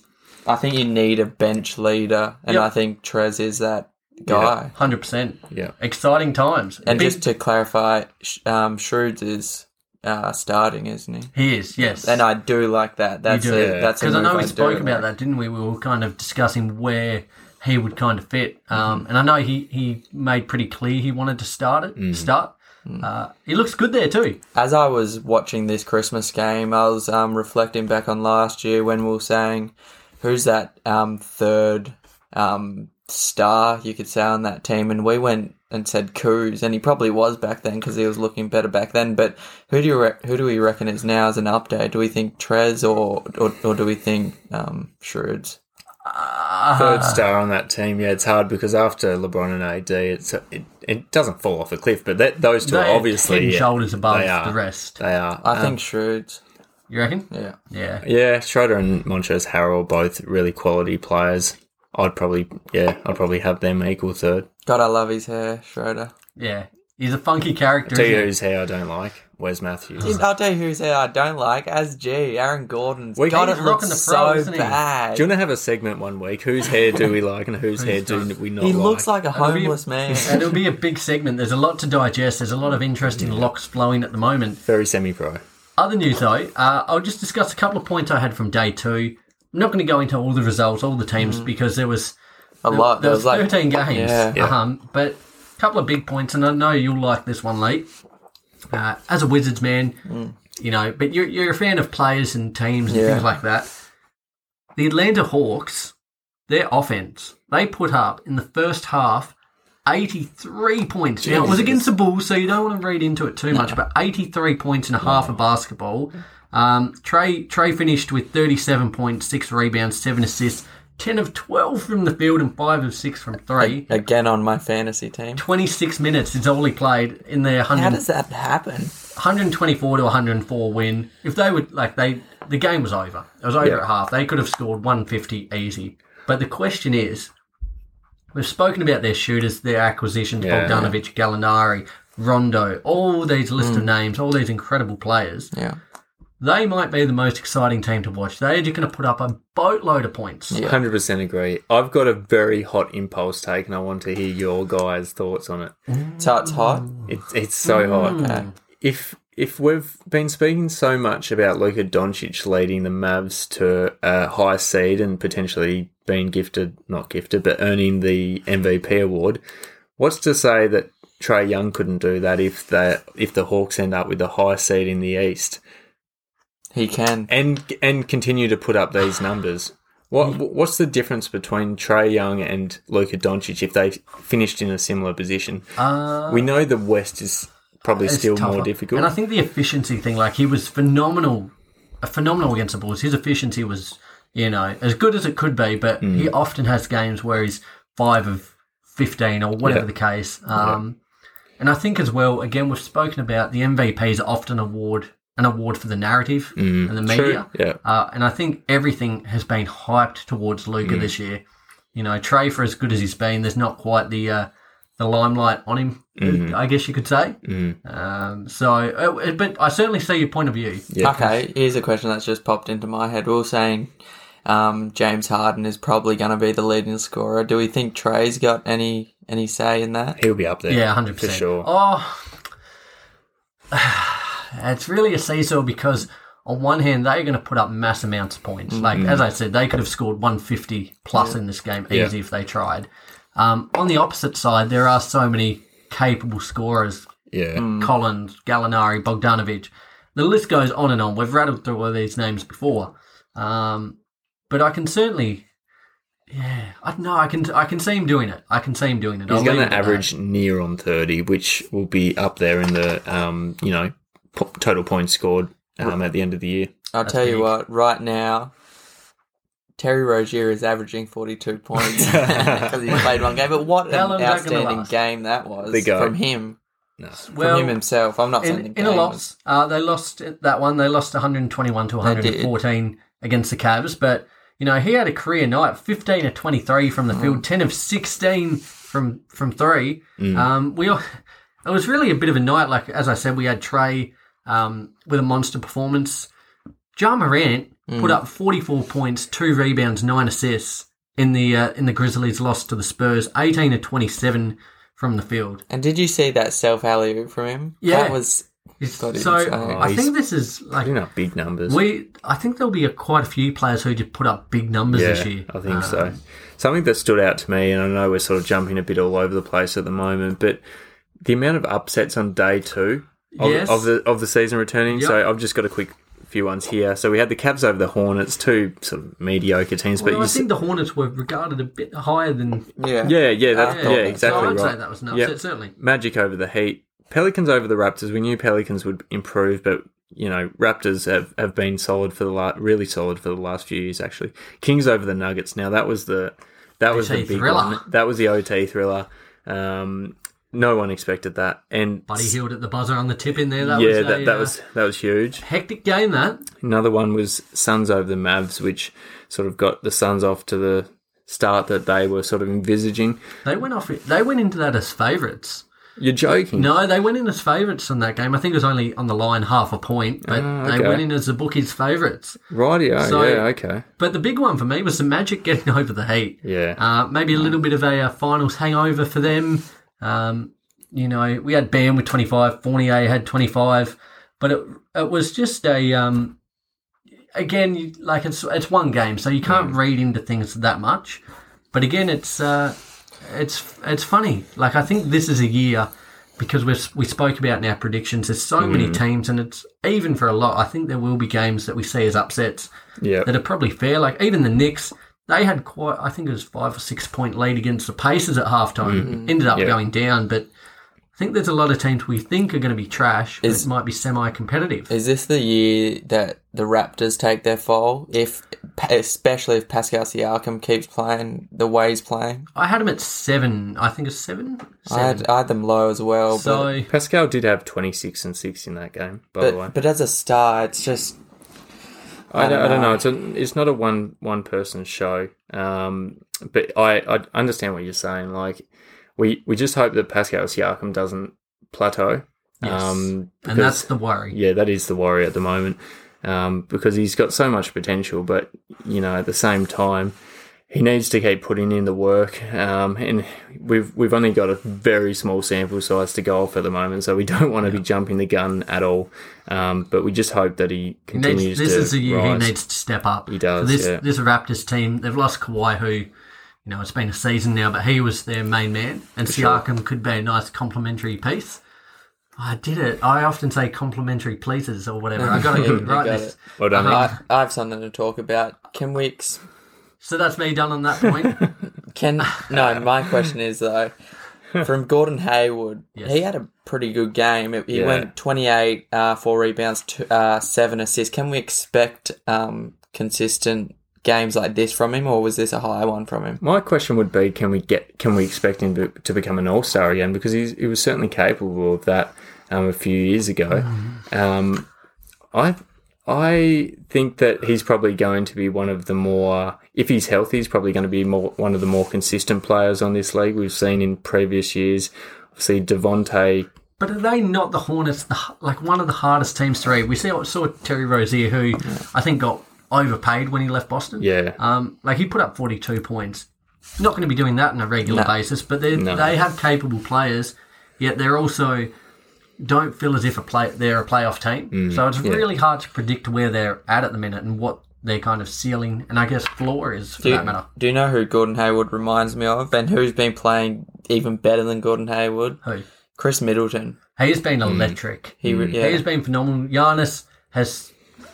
C: I think you need a bench leader, and
B: Yep.
C: I think Trez is that guy.
B: 100%.
D: Yeah.
B: Exciting times.
C: And
B: Big-
C: just to clarify, Sh- um, Shrewds is uh, starting, isn't he?
B: he is, yes.
C: And I do like that. That's
B: do.
C: a,
D: Yeah.
C: that's a
B: Because I know
C: move
B: we spoke
C: do
B: about
C: like.
B: that, didn't we? We were kind of discussing where he would kind of fit, um, and I know he, he made pretty clear he wanted to start it.
D: Mm.
B: Start. Uh, he looks good there too.
C: As I was watching this Christmas game, I was um, reflecting back on last year when we were saying, "Who's that um, third um, star?" You could say on that team, and we went and said Coos, and he probably was back then because he was looking better back then. But who do you re- who do we reckon is now as an update? Do we think Trez or or, or do we think um, Shrewds?
B: Ah.
D: Third star on that team. Yeah, it's hard because after LeBron and AD, it's it, it doesn't fall off a cliff. But that, those two
B: They're
D: are obviously
B: head and
D: yeah,
B: shoulders above
D: They are.
B: the rest.
D: They are.
C: I
D: Um,
C: think Shrewds.
B: You reckon?
C: Yeah.
B: Yeah.
D: Yeah, Schroeder and Montrezl Harrell are both really quality players. I'd probably yeah, I'd probably have them equal third.
C: God, I love his hair, Schroeder.
B: Yeah. He's a funky character.
D: Tell you
B: Isn't he?
D: who's hair I don't like. Where's Matthews?
C: I'll tell you who's hair I don't like. As G, Aaron Gordon's.
D: We-
C: God,
D: He's
C: it looks
B: rocking the fro,
C: so
B: isn't he?
C: bad.
D: Do you want to have a segment one week? Whose hair do we like and whose hair do we not
C: He
D: like?
C: looks like a
B: That'll be-
C: homeless [laughs] man.
B: And it'll be a big segment. There's a lot to digest. There's a lot of interesting locks flowing at the moment.
D: very semi-pro.
B: Other news though, uh, I'll just discuss a couple of points I had from day two. I'm not going to go into all the results, all the teams, because there was
C: a
B: there
C: lot. Mm. There
B: was
C: was like
B: 13 games.
C: Yeah.
D: Yeah.
B: Uh-huh. But a couple of big points, and I know you'll like this one, Lee. Uh, as a Wizards man, you know, but you're, you're a fan of players and teams and
C: Mm. Yeah.
B: things like that. The Atlanta Hawks, their offense, they put up in the first half 83 points. Now, it was against the Bulls, so you don't want to read into it too much, but 83 points in a half of basketball. Um, Trey Trey finished with 37 points, six rebounds, seven assists, 10 of 12 from the field, and five of six from three.
C: again on my fantasy team.
B: 26 minutes is all he played in their 100,
C: How does that happen?
B: 124 to 104 win. If they would like they the game was over. It was over
D: Yeah.
B: at half. They could have scored 150 easy. But the question is, we've spoken about their shooters, their acquisitions,
D: Yeah.
B: Bogdanovich, Gallinari, Rondo, all these list
D: Mm.
B: of names, all these incredible players.
C: Yeah,
B: They might be the most exciting team to watch. They are just going to put up a boatload of points.
C: Yeah.
D: Hundred percent agree. I've got a very hot impulse take, and I want to hear your guys' thoughts on it.
C: so it's hot.
D: It's it's so hot. If if we've been speaking so much about Luka Doncic leading the Mavs to a high seed and potentially being gifted, not gifted, but earning the MVP award, what's to say that Trey Young couldn't do that if the if the Hawks end up with the high seed in the East
C: He can.
D: and and continue to put up these numbers? What what's the difference between Trey Young and Luka Doncic if they finished in a similar position?
B: Uh,
D: We know the West is probably
B: It's
D: still
B: tougher.
D: more difficult.
B: And I think the efficiency thing, like he was phenomenal, phenomenal against the Bulls. His efficiency was, you know, as good as it could be. But
D: Mm.
B: he often has games where he's five of fifteen or whatever
D: Yeah.
B: the case. Um, And I think as well, again, we've spoken about the MVPs often award an award for the narrative
D: Mm.
B: and the media.
D: Yeah.
B: Uh, and I think everything has been hyped towards Luca this year. You know, Trey, for as good as he's been, there's not quite the uh, the limelight on him, uh,
D: Mm-hmm.
B: I guess you could say.
D: Mm.
B: Um, so, uh, but I certainly see your point of view.
C: Okay, here's a question that's just popped into my head. We were saying um, James Harden is probably going to be the leading scorer. Do we think Trey's got any any say in that?
D: He'll be up there.
B: Yeah, hundred
D: For
B: percent.
D: sure.
B: Oh, [sighs] it's really a seesaw because on one hand they're going to put up mass amounts of points.
D: Mm-hmm.
B: Like as I said, they could have scored one fifty plus in this game easy if they tried. Um, on the opposite side, there are so many capable scorers:
D: Yeah.
B: Mm, Collins, Gallinari, Bogdanovic. The list goes on and on. We've rattled through all these names before, um, but I can certainly Yeah, I no, I can I can see him doing it. I can see him doing it.
D: He's
B: I'll
D: going
B: leave it
D: to
B: at
D: average near on 30, which will be up there in the, um, you know, po- total points scored um, at the end of the year.
C: I'll
B: That's
C: tell you
B: big.
C: what, right now, Terry Rozier is averaging 42 [laughs] points because he's played one game. But what
B: How long
C: an
B: is that gonna
C: outstanding
B: last?
C: game that was
D: The go.
C: from him,
B: that.
C: from him himself. I'm not saying
B: in,
C: the
B: in a
C: game
B: loss, uh, they lost that one. They lost 121 to
C: They did.
B: 114 against the Cavs. But you know, he had a career night: 15 of 23 from the
C: Mm.
B: field, 10 of 16 from from three. Um, we all, it was really a bit of a night. Like as I said, we had Trey um, with a monster performance. Ja Morant
C: Mm.
B: put up 44 points, two rebounds, nine assists in the uh, in the Grizzlies' loss to the Spurs, 18 of 27 from the field.
C: And did you see that self alley oop from him?
B: Yeah.
C: That was
B: So
C: God, he's insane.
B: I
D: He's-
B: think this is like
D: Putting up big numbers.
B: we, I think there'll be a, quite a few players who just put up big numbers
D: yeah,
B: this year. Um,
D: I think so. Something that stood out to me, and I know we're sort of jumping a bit all over the place at the moment, but the amount of upsets on day two of,
B: Yes.
D: of the of the season returning.
B: Yep.
D: So I've just got a quick few ones here. So we had the Cavs over the Hornets, two sort of mediocre teams,
B: Well,
D: but you
B: I
D: s-
B: think the Hornets were regarded a bit higher than
C: yeah.
D: yeah, yeah, that's,
C: Yeah,
D: yeah,
C: yeah.
D: exactly
B: So I'd
D: right.
B: say that was nuts.
D: Yep.
B: Certainly,
D: Magic over the Heat. Pelicans over the Raptors. We knew Pelicans would improve, but you know Raptors have, have been solid for the la- really solid for the last few years actually. Kings over the Nuggets. Now that was the that was the
B: OT
D: big
B: thriller.
D: one. That was the OT thriller. Um, no one expected that, and
B: Buddy Hield at the buzzer on the tip in there. That
D: yeah,
B: was a,
D: that, that
B: uh,
D: was that was huge.
B: hectic game. That
D: Another one was Suns over the Mavs, which sort of got the Suns off to the start that they were sort of envisaging.
B: they went off. it- They went into that as favourites.
D: You're joking?
B: No, they went in as favourites in that game. I think it was only on the line half a point, but
D: Ah,
B: they
D: okay.
B: went in as the bookies' favourites.
D: Rightio.
B: So-
D: yeah. Okay.
B: But the big one for me was the Magic getting [laughs] over the Heat.
D: Yeah.
B: Uh, maybe a little bit of a, uh finals hangover for them. Um, you know, we had Bam with 25, Fournier had 25, but it, it was just a, um, again, you, like it's it's one game, so you can't read into things that much. But again, it's uh, it's it's funny. Like I think this is a year because we we spoke about in our predictions. There's so many teams, and it's even for a lot. I think there will be games that we see as upsets
D: yeah.
B: that are probably fair. Like even the Knicks, they had quite I think it was five or six point lead against the Pacers at halftime.
C: Mm.
B: Ended up
D: Yeah.
B: going down, but I think there's a lot of teams we think are going to be trash, but
C: Is-
B: it might be semi-competitive.
C: Is this the year that the Raptors take their fall? If especially if Pascal Siakam keeps playing the way he's playing,
B: I had them at seven. I think it's seven.
C: I
B: Seven.
C: had, Um, I had them low as well.
B: so
D: Pascal did have 26 and 6 in that game, by
C: but
D: the way.
C: but, but as a star, it's just
D: I, don't,
C: don't
D: I don't
C: know.
D: know. It's, a, it's not a one one person show. Um, but I, I understand what you're saying. Like, we, we just hope that Pascal Siakam doesn't plateau. um,
B: Yes.
C: um,
D: because,
B: and that's the worry.
D: yeah, that is the worry at the moment um, because he's got so much potential, but you know, at the same time, he needs to keep putting in the work. Um, and we've we've only got a very small sample size to go off at the moment, so we [laughs] don't want to be jumping the gun at all. Um, but we just hope that he
B: He needs-
D: continues
B: this
D: to
B: is the year
D: rise.
B: he needs to step up. He
D: does,
B: this
D: yeah.
B: this Raptors team, they've lost Kawhi, who you know it's been a season now, but he was their main man, and Siakam could be a nice complementary piece. I did it. I often say complimentary pleases or whatever. I
D: [laughs]
B: got to
C: You
B: get it right.
C: got
B: This.
C: it.
D: Well done, mate.
C: I, I have something to talk about. Can we? Ex-
B: So that's me done on that point.
D: [laughs]
C: can no? My question is though, from Gordon Haywood,
B: Yes.
C: he had a pretty good game. He
D: Yeah.
C: went twenty eight, uh, four rebounds, two, uh, seven assists. Can we expect um, consistent games like this from him, or was this a high one from him?
D: My question would be: Can we get? Can we expect him to, to become an all star again? Because he's, he was certainly capable of that um, a few years ago. Um, I I think that he's probably going to be one of the more, if he's healthy, he's probably going to be more one of the more consistent players on this league. We've seen in previous years. Obviously, Devonte.
B: But are they not the Hornets, the, h- like one of the hardest teams to read? We saw, saw Terry Rozier, who I think got overpaid when he left Boston.
D: Yeah.
B: Um, like he put up 42 points. Not going to be doing that on a regular basis, but they
D: No.
B: they have capable players, yet they're also don't feel as if a play, they're a playoff team.
C: Mm,
B: so it's really hard to predict where they're at at the minute and what their kind of ceiling and I guess floor is for
C: Do
B: that
C: you,
B: matter.
C: do you know who Gordon Hayward reminds me of, and who's been playing even better than Gordon Hayward?
B: Who?
C: Chris Middleton.
B: He's been electric.
C: Mm. He, re- yeah.
B: He's been phenomenal. Giannis has,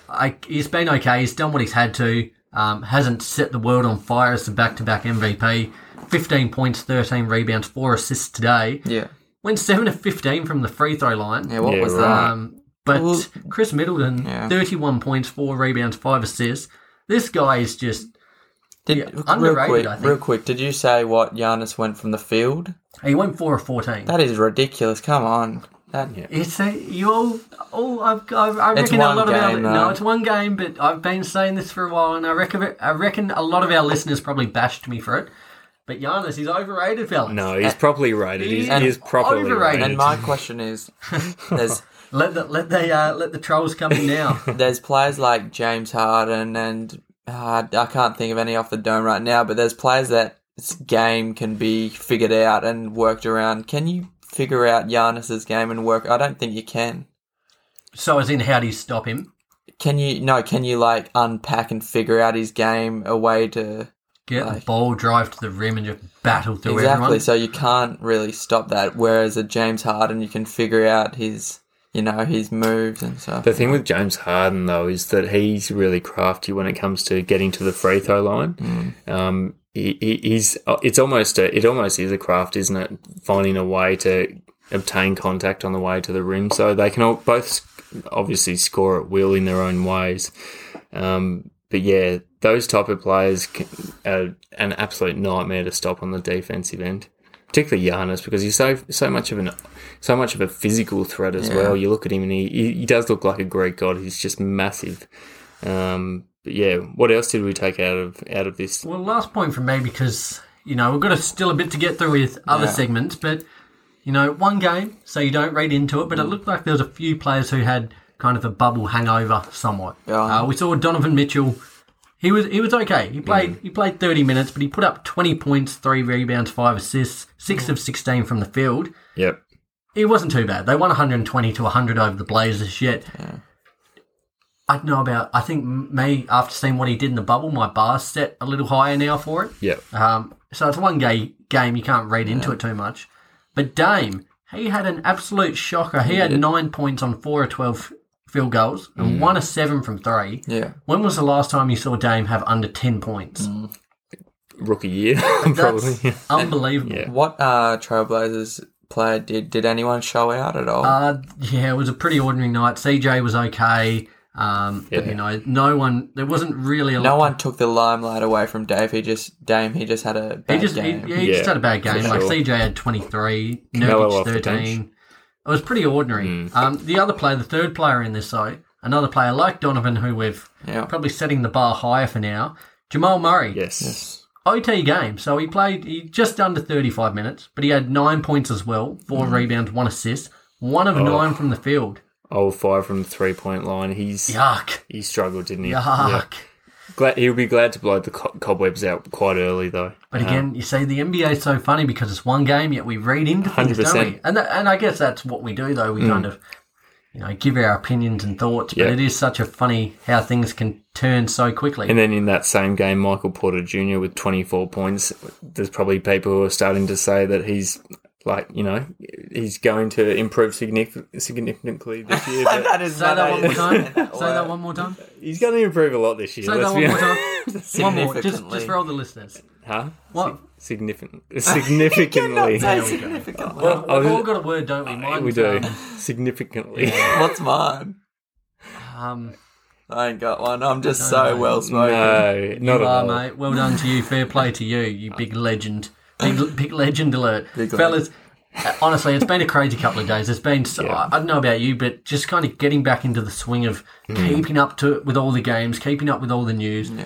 B: I, he's been okay. He's done what he's had to. Um, hasn't set the world on fire as the back-to-back MVP. 15 points, 13 rebounds, four assists today.
C: Yeah.
B: Went seven to 15 from the free throw line.
C: Yeah, what
D: Yeah,
C: was
D: right.
B: Um, but
C: Well-
B: Chris Middleton,
C: Yeah.
B: 31 points, four rebounds, five assists. This guy is just
C: that? Did,
B: Yeah,
C: real
B: underrated,
C: quick,
B: I think.
C: real quick, did you say what Giannis went from the field?
B: he went four of 14.
C: That is ridiculous. Come on. That, yeah.
B: It's a you all. all I've, I've, I
C: It's
B: reckon a
C: one
B: lot of our
C: game,
B: no,
C: though.
B: it's one game, but I've been saying this for a while, and I reckon I reckon a lot of our listeners probably bashed me for it. But Giannis, he's overrated, fellas.
D: No, he's properly rated. He's,
B: And
D: he is properly
B: overrated.
D: rated.
C: And my question is, there's
B: let the let the uh, let the trolls come in
C: [laughs]
B: now.
C: there's players like James Harden and uh, I can't think of any off the dome right now, but there's players that s- game can be figured out and worked around. Can you figure out Giannis's game and work? I don't think you can.
B: so as in, how do you stop him?
C: Can you? No, can you like unpack and figure out his game a way to
B: Get the
C: Like-
B: ball, drive to the rim, and just battle through
C: exactly?
B: everyone.
C: So you can't really stop that. Whereas a James Harden, you can figure out his, you know, his moves and stuff.
D: The thing with James Harden though is that he's really crafty when it comes to getting to the free throw line. Um, he, he, he's uh, it's almost a, it almost is a craft, isn't it? Finding a way to obtain contact on the way to the rim, so they can all, both obviously score at will in their own ways. Um, but yeah, those type of players can, are an absolute nightmare to stop on the defensive end. Particularly Giannis, because he's so so much of an so much of a physical threat as well. You look at him and he, he he does look like a Greek god. He's just massive. Um, but yeah, what else did we take out of out of this?
B: Well, last point from me because you know we've got a, still a bit to get through with other
C: Yeah.
B: segments, but you know one game, so you don't read into it. But it
C: Mm.
B: looked like there was a few players who had kind of a bubble hangover somewhat.
C: Yeah.
B: Uh, we saw Donovan Mitchell. He was he was okay. He played
C: Mm.
B: he played thirty minutes, but he put up twenty points, three rebounds, five assists,
C: Mm.
B: six of sixteen from the field.
D: Yep.
B: It wasn't too bad. They won 120 to 100 over the Blazers. Yet I don't know about. I think me after seeing what he did in the bubble, my bar's set a little higher now for it.
D: Yep.
B: Um, so it's one gay game. You can't read into it too much. But Dame, he had an absolute shocker. He had nine points on four of twelve field goals and one of seven from three.
C: yeah,
B: When was the last time you saw Dame have under ten points?
D: Rookie year, [laughs] probably.
B: That's unbelievable.
D: Yeah.
C: What uh, Trailblazers player did did anyone show out at all?
B: Uh, yeah, it was a pretty ordinary night. CJ was okay. Um, but,
D: Yeah.
B: you know, no one. There wasn't really a
C: no
B: lot.
C: one took the limelight away from Dave. He just Dame. He just had a bad
B: He just he,
C: game.
B: yeah, he just
D: Yeah,
B: had a bad
D: for
B: game. Like
D: sure.
B: CJ had twenty three,
D: Canelo
B: Nurkic
D: off the bench. Hmm.
B: thirteen. It was pretty ordinary. Um, the other player, the third player in this though, another player like Donovan, who we've
C: Yeah.
B: probably setting the bar higher for now. Jamal Murray,
D: yes.
B: OT game. So he played he just under thirty five minutes, but he had nine points as well, four
C: Hmm.
B: rebounds, one assist, one of nine from the field.
D: Oh, five from the three point line. He's
B: Yuck,
D: he struggled, didn't he?
B: yuck.
D: Yeah. Glad he'll be glad to blow the co- cobwebs out quite early though.
B: But again, you see, the NBA's so funny because it's one game, yet we read into things, do not we?
D: 100%.
B: And that, and I guess that's what we do, though. We kind of, you know, give our opinions and thoughts. But
D: Hmm. Yeah.
B: it is such a funny how things can turn so quickly.
D: And then in that same game, Michael Porter Jr. with 24 points, there's probably people who are starting to say that he's like, you know, he's going to improve signific- significantly this
B: [laughs]
D: year. But
C: is
B: Say that one more time. Say
C: [laughs]
B: [laughs] that one more time.
D: he's going to improve a lot this year.
B: Say that
D: let's
B: one
D: be
B: more
D: honest. [laughs]
B: time. One more, just, just
C: Significantly.
B: for all the listeners.
D: Huh? [laughs]
B: What?
D: Significant-
B: [laughs]
D: significantly.
C: Say
B: we go.
C: significantly.
B: Well,
D: [laughs] I was-
B: we've all got a word, don't we? Mine's,
D: Oh, we do.
B: um,
D: Significantly.
C: What's mine?
B: Um,
C: I ain't got one. I'm just so well spoken.
D: [laughs] No, not
B: you
D: at
B: are,
D: all.
B: mate. Well done to you. Fair play to you, you big legend. Big, big legend alert.
C: Big
B: Fellas, uh, honestly, it's been a crazy couple of days. It's been, so,
D: Yeah.
B: I don't know about you, but just kind of getting back into the swing of keeping up to with all the games, keeping up with all the news. It's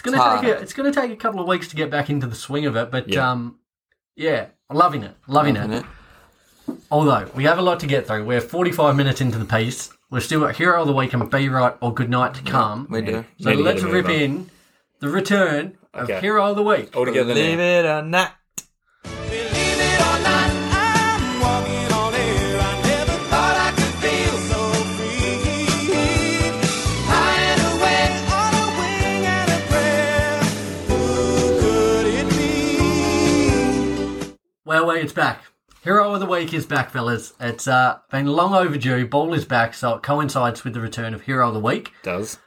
B: gonna take
C: It's hard.
B: a, it's gonna take a couple of weeks to get back into the swing of it, but
D: Yeah.
B: um, yeah, loving it, loving,
C: Isn't
B: it.
C: it?
B: Although we have a lot to get through. We're 45 minutes into the piece. We've still got Hero of the Week and Be Right or Good Night to come.
C: We do.
B: So
D: Need to get
B: let's
D: a move
B: rip
D: on.
B: in the return of
D: Okay. Oh.
B: Hero of the Week.
D: All together now.
C: Leave it or not.
A: Believe it or not, I'm walking on air. I never thought I could feel so free. High and away on a wing and a prayer. Who could it be?
B: Well, wait, it's back. Hero of the Week is back, fellas. It's uh, been long overdue. Ball is back, so it coincides with the return of Hero of the Week.
D: Does.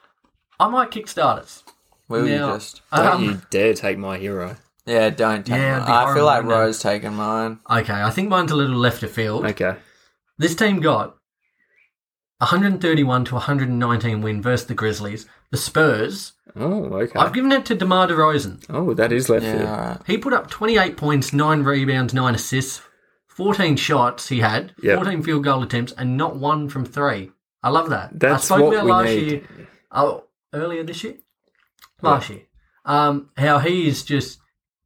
B: I might kickstart us.
C: We were
B: Now-
C: just
D: Don't
B: Um,
D: you dare take my hero.
C: yeah. Don't take.
B: Yeah,
C: mine.
B: it'd be
C: I feel like
B: horrible, wouldn't it?
C: Rose taking mine.
B: Okay, I think mine's a little left of field.
D: Okay.
B: This team got 131 to 119 win versus the Grizzlies. The Spurs.
D: Oh, okay.
B: I've given it to DeMar DeRozan.
D: oh, that is left
C: Yeah, all
D: field.
C: right.
B: He put up 28 points, 9 rebounds, 9 assists, 14 shots he had,
D: Yep.
B: 14 field goal attempts, and not one from three. I love that.
D: That's
B: I spoke
D: what
B: about
D: we
B: last
D: need.
B: year. Oh, earlier this year? Last year. Um, how he is just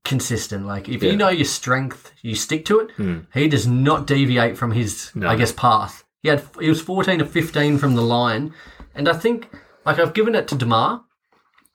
B: consistent. Like, if
D: Yeah.
B: you know your strength, you stick to it.
D: Hmm.
B: He does not deviate from his,
D: No.
B: I guess, path. He, had, he was 14 to 15 from the line. And I think, like, I've given it to DeMar.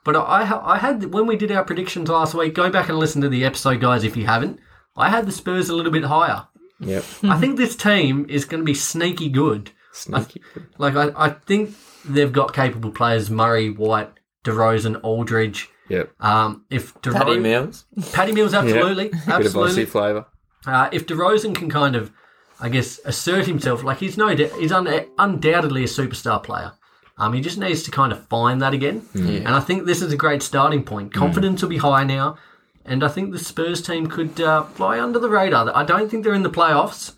B: But I, ha- I had when we did our predictions last week. Go back and listen to the episode, guys, if you haven't. I had the Spurs a little bit higher.
D: Yep.
B: [laughs] I think this team is going to be sneaky good.
D: Sneaky.
B: Like I, I think they've got capable players: Murray, White, DeRozan, Aldridge.
D: Yep.
B: Um, if DeRozan,
C: Paddy Mills.
B: Paddy Mills, absolutely,
D: Bit of
B: absolutely.
D: Aussie flavour.
B: Uh, if DeRozan can kind of, I guess, assert himself, like he's no, d- he's un- undoubtedly a superstar player. Um, he just needs to kind of find that again.
D: Mm.
B: And I think this is a great starting point. Confidence will be high now, and I think the Spurs team could uh, fly under the radar. I don't think they're in the playoffs,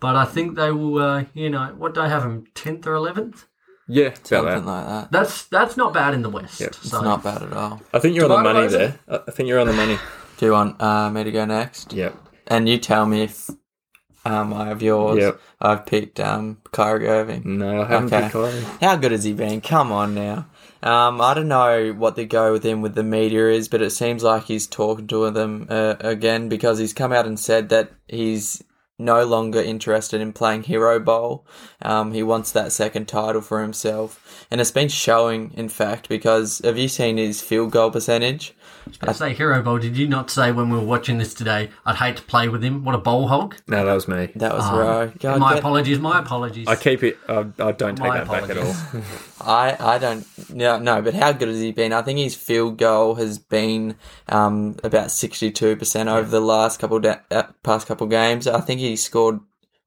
B: but I think they will. Uh, you know, what do I have them? Tenth or eleventh?
D: Yeah, it's about
C: Something
D: that.
C: like that.
B: That's that's not bad in the West.
D: Yep, it's
B: so.
C: Not bad at all.
D: I think you're on the
B: Tomato
D: money
B: is it?
D: there. I I think you're on the money.
C: Do you want uh, me to go next?
D: Yep.
C: And you tell me if um, I have yours.
D: Yep.
C: I've picked um, Kyrie Irving.
D: No, I haven't
C: Okay.
D: picked Kyrie.
C: How good has he been? Come on now. Um, I don't know what the go with him with the media is, but it seems like he's talking to them uh, again because he's come out and said that he's no longer interested in playing Hero Bowl. Um, he wants that second title for himself, and it's been showing, in fact, because have you seen his field goal percentage?
B: I say hero bowl. Did you not say when we were watching this today? I'd hate to play with him. What a bowl hog!
D: No, that was me.
C: That was
B: Um,
C: right. God,
B: my
C: get-
B: apologies. My apologies.
D: I keep it. I, I don't take
B: My
D: that back at all.
B: apologies.
C: I, I don't no no, but how good has he been? I think his field goal has been um, about sixty two percent over the last couple da- uh, past couple games. I think he scored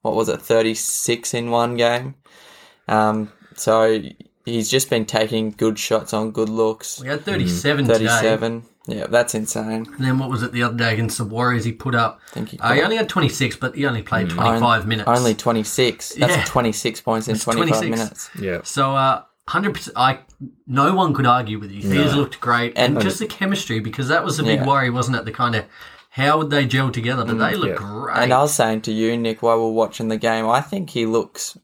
C: what was it thirty six in one game. Um, so he's just been taking good shots on good looks.
B: we had thirty-seven
C: Thirty
B: today.
C: seven, yeah, that's insane.
B: And then what was it the other day against the Warriors? He put up.
C: Think he
B: Uh, he
C: got-
B: only had twenty-six, but he only played twenty-five minutes.
C: Mm. Only twenty six. That's
B: Yeah.
C: twenty six points in twenty five
B: 26.
C: minutes. [laughs]
D: Yeah.
B: So, uh, hundred percent. I no one could argue with you. He has looked great, and,
C: And-
B: just the chemistry because that was the big
C: Yeah. Mm,
B: worry, wasn't it? The kind of how would they gel together? But they look
D: yeah.
B: great.
C: And I was saying to you, Nick, while we we're watching the game, I think he looks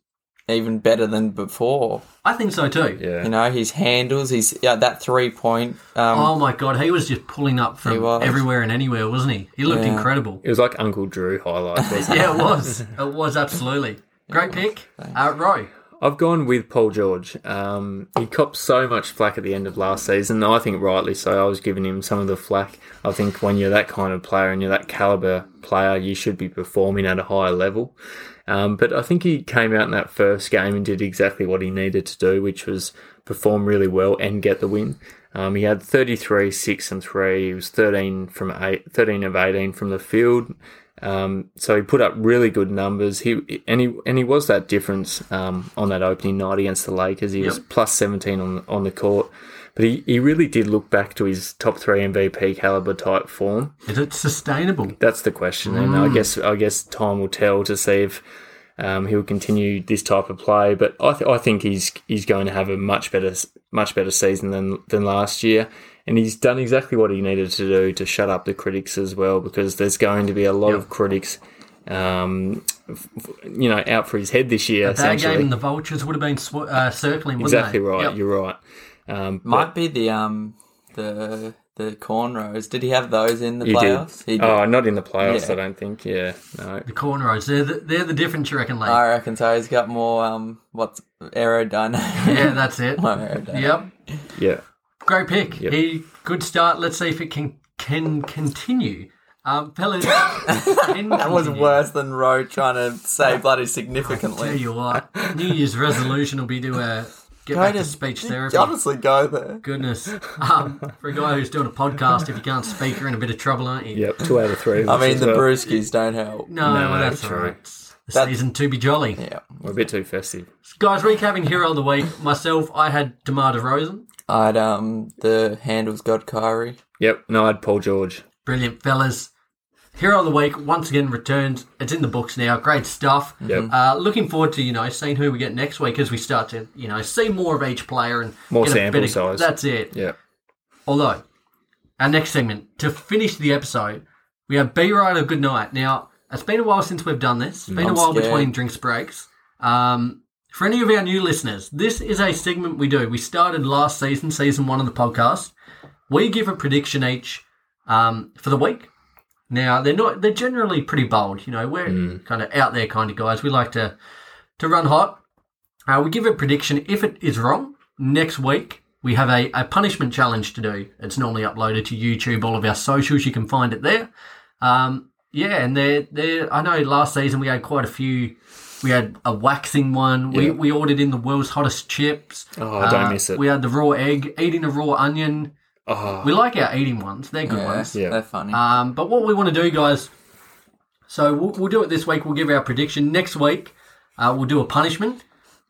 C: even better than before.
B: I think so too.
D: Yeah.
C: You know, his handles, his yeah, that three point. Um,
B: Oh my god, he was just pulling up
C: He
B: from
C: was.
B: everywhere and anywhere, wasn't he? He looked
C: Yeah. [laughs]
B: incredible.
D: It was like Uncle Drew highlight. Wasn't it?
B: Yeah, it was. It was absolutely great pick, uh, Roy.
D: I've gone with Paul George. Um, he copped so much flack at the end of last season. I think rightly so. I was giving him some of the flack. I think when you're that kind of player and you're that caliber player, you should be performing at a higher level. Um, but I think he came out in that first game and did exactly what he needed to do, which was perform really well and get the win. Um, he had 33, 6 and 3. He was 13 from 8, 13 of 18 from the field. Um, so he put up really good numbers. He and he and he was that difference um, on that opening night against the Lakers. He was
B: Yep.
D: plus 17 on on the court, but he, he really did look back to his top three MVP caliber type form.
B: Is it sustainable?
D: That's the question, and
B: Mm.
D: I guess I guess time will tell to see if um, he'll continue this type of play. But I, th- I think he's he's going to have a much better much better season than than last year, and he's done exactly what he needed to do to shut up the critics as well, because there's going to be a lot of critics. Um, f- f- you know, out for his head this year.
B: That
D: Essentially,
B: game and the Vultures would have been sw- uh, circling, wouldn't
D: exactly
B: they?
D: right.
B: Yep.
D: You're right. Um,
C: might be the um the the cornrows. Did he have those in the
D: you did.
C: playoffs? He did.
D: Oh, not in the playoffs.
C: Yeah.
D: I don't think. Yeah, no.
B: The cornrows, they're the, they're the difference, you reckon, Lee?
C: I reckon so. He's got more um what's aerodynamic.
B: [laughs]
C: [laughs]
B: Yeah, that's it.
C: More aerodynamic.
B: Yep.
D: Yeah.
B: Great pick.
D: Yep.
B: He good start. Let's see if it can can continue. Um,
C: [laughs]
B: fellas,
C: That was worse than Roe trying to say bloody significantly.
B: Tell you what, New Year's resolution will be to uh, get back to speech therapy.
C: Honestly, go there.
B: Goodness, um, for a guy who's doing a podcast, if you can't speak, you're in a bit of trouble, aren't you?
D: Yep. Two out of three.
C: [laughs]
D: of
C: I
D: us
C: mean,
D: as
C: the
D: well.
C: brewskis don't help.
B: No,
D: No,
B: well, that's
D: true.
B: all right. The
C: That-
B: season to be jolly.
C: Yeah.
D: We're a bit too festive.
B: Guys, recapping Hero of the Week. Myself, I had DeMar DeRozan.
C: I'd um the handles got Kyrie.
D: Yep. No, I'd Paul George.
B: Brilliant, fellas. Hero of the week once again returns. It's in the books now. Great stuff.
D: Yep.
B: Uh, looking forward to you know seeing who we get next week as we start to you know see more of each player and
D: More
B: get a
D: sample
B: bit of-
D: size.
B: That's it.
D: Yep.
B: Although our next segment to finish the episode, we have B Rider Goodnight. Now it's been a while since we've done this. It's been a
C: I'm
B: while
C: scared.
B: between drinks breaks. Um, for any of our new listeners, this is a segment we do. We started last season, season one of the podcast. We give a prediction each um, for the week. Now they're not they're generally pretty bold, you know, we're
D: Hmm.
B: kind of out there kind of guys. We like to to run hot. Uh, we give a prediction. If it is wrong, next week we have a, a punishment challenge to do. It's normally uploaded to YouTube, all of our socials, you can find it there. Um, yeah, and they're, they're I know last season we had quite a few we had a waxing one. We,
D: Yeah.
B: we ordered in the world's hottest chips. Uh,
D: Oh, don't miss it.
B: We had the raw egg, eating a raw onion.
D: Oh,
B: We like our eating ones. They're good
C: Yeah,
B: ones.
D: Yeah.
C: they're funny.
B: Um, but what we want to do, guys, so we'll, we'll do it this week. We'll give our prediction. Next week, uh, we'll do a punishment.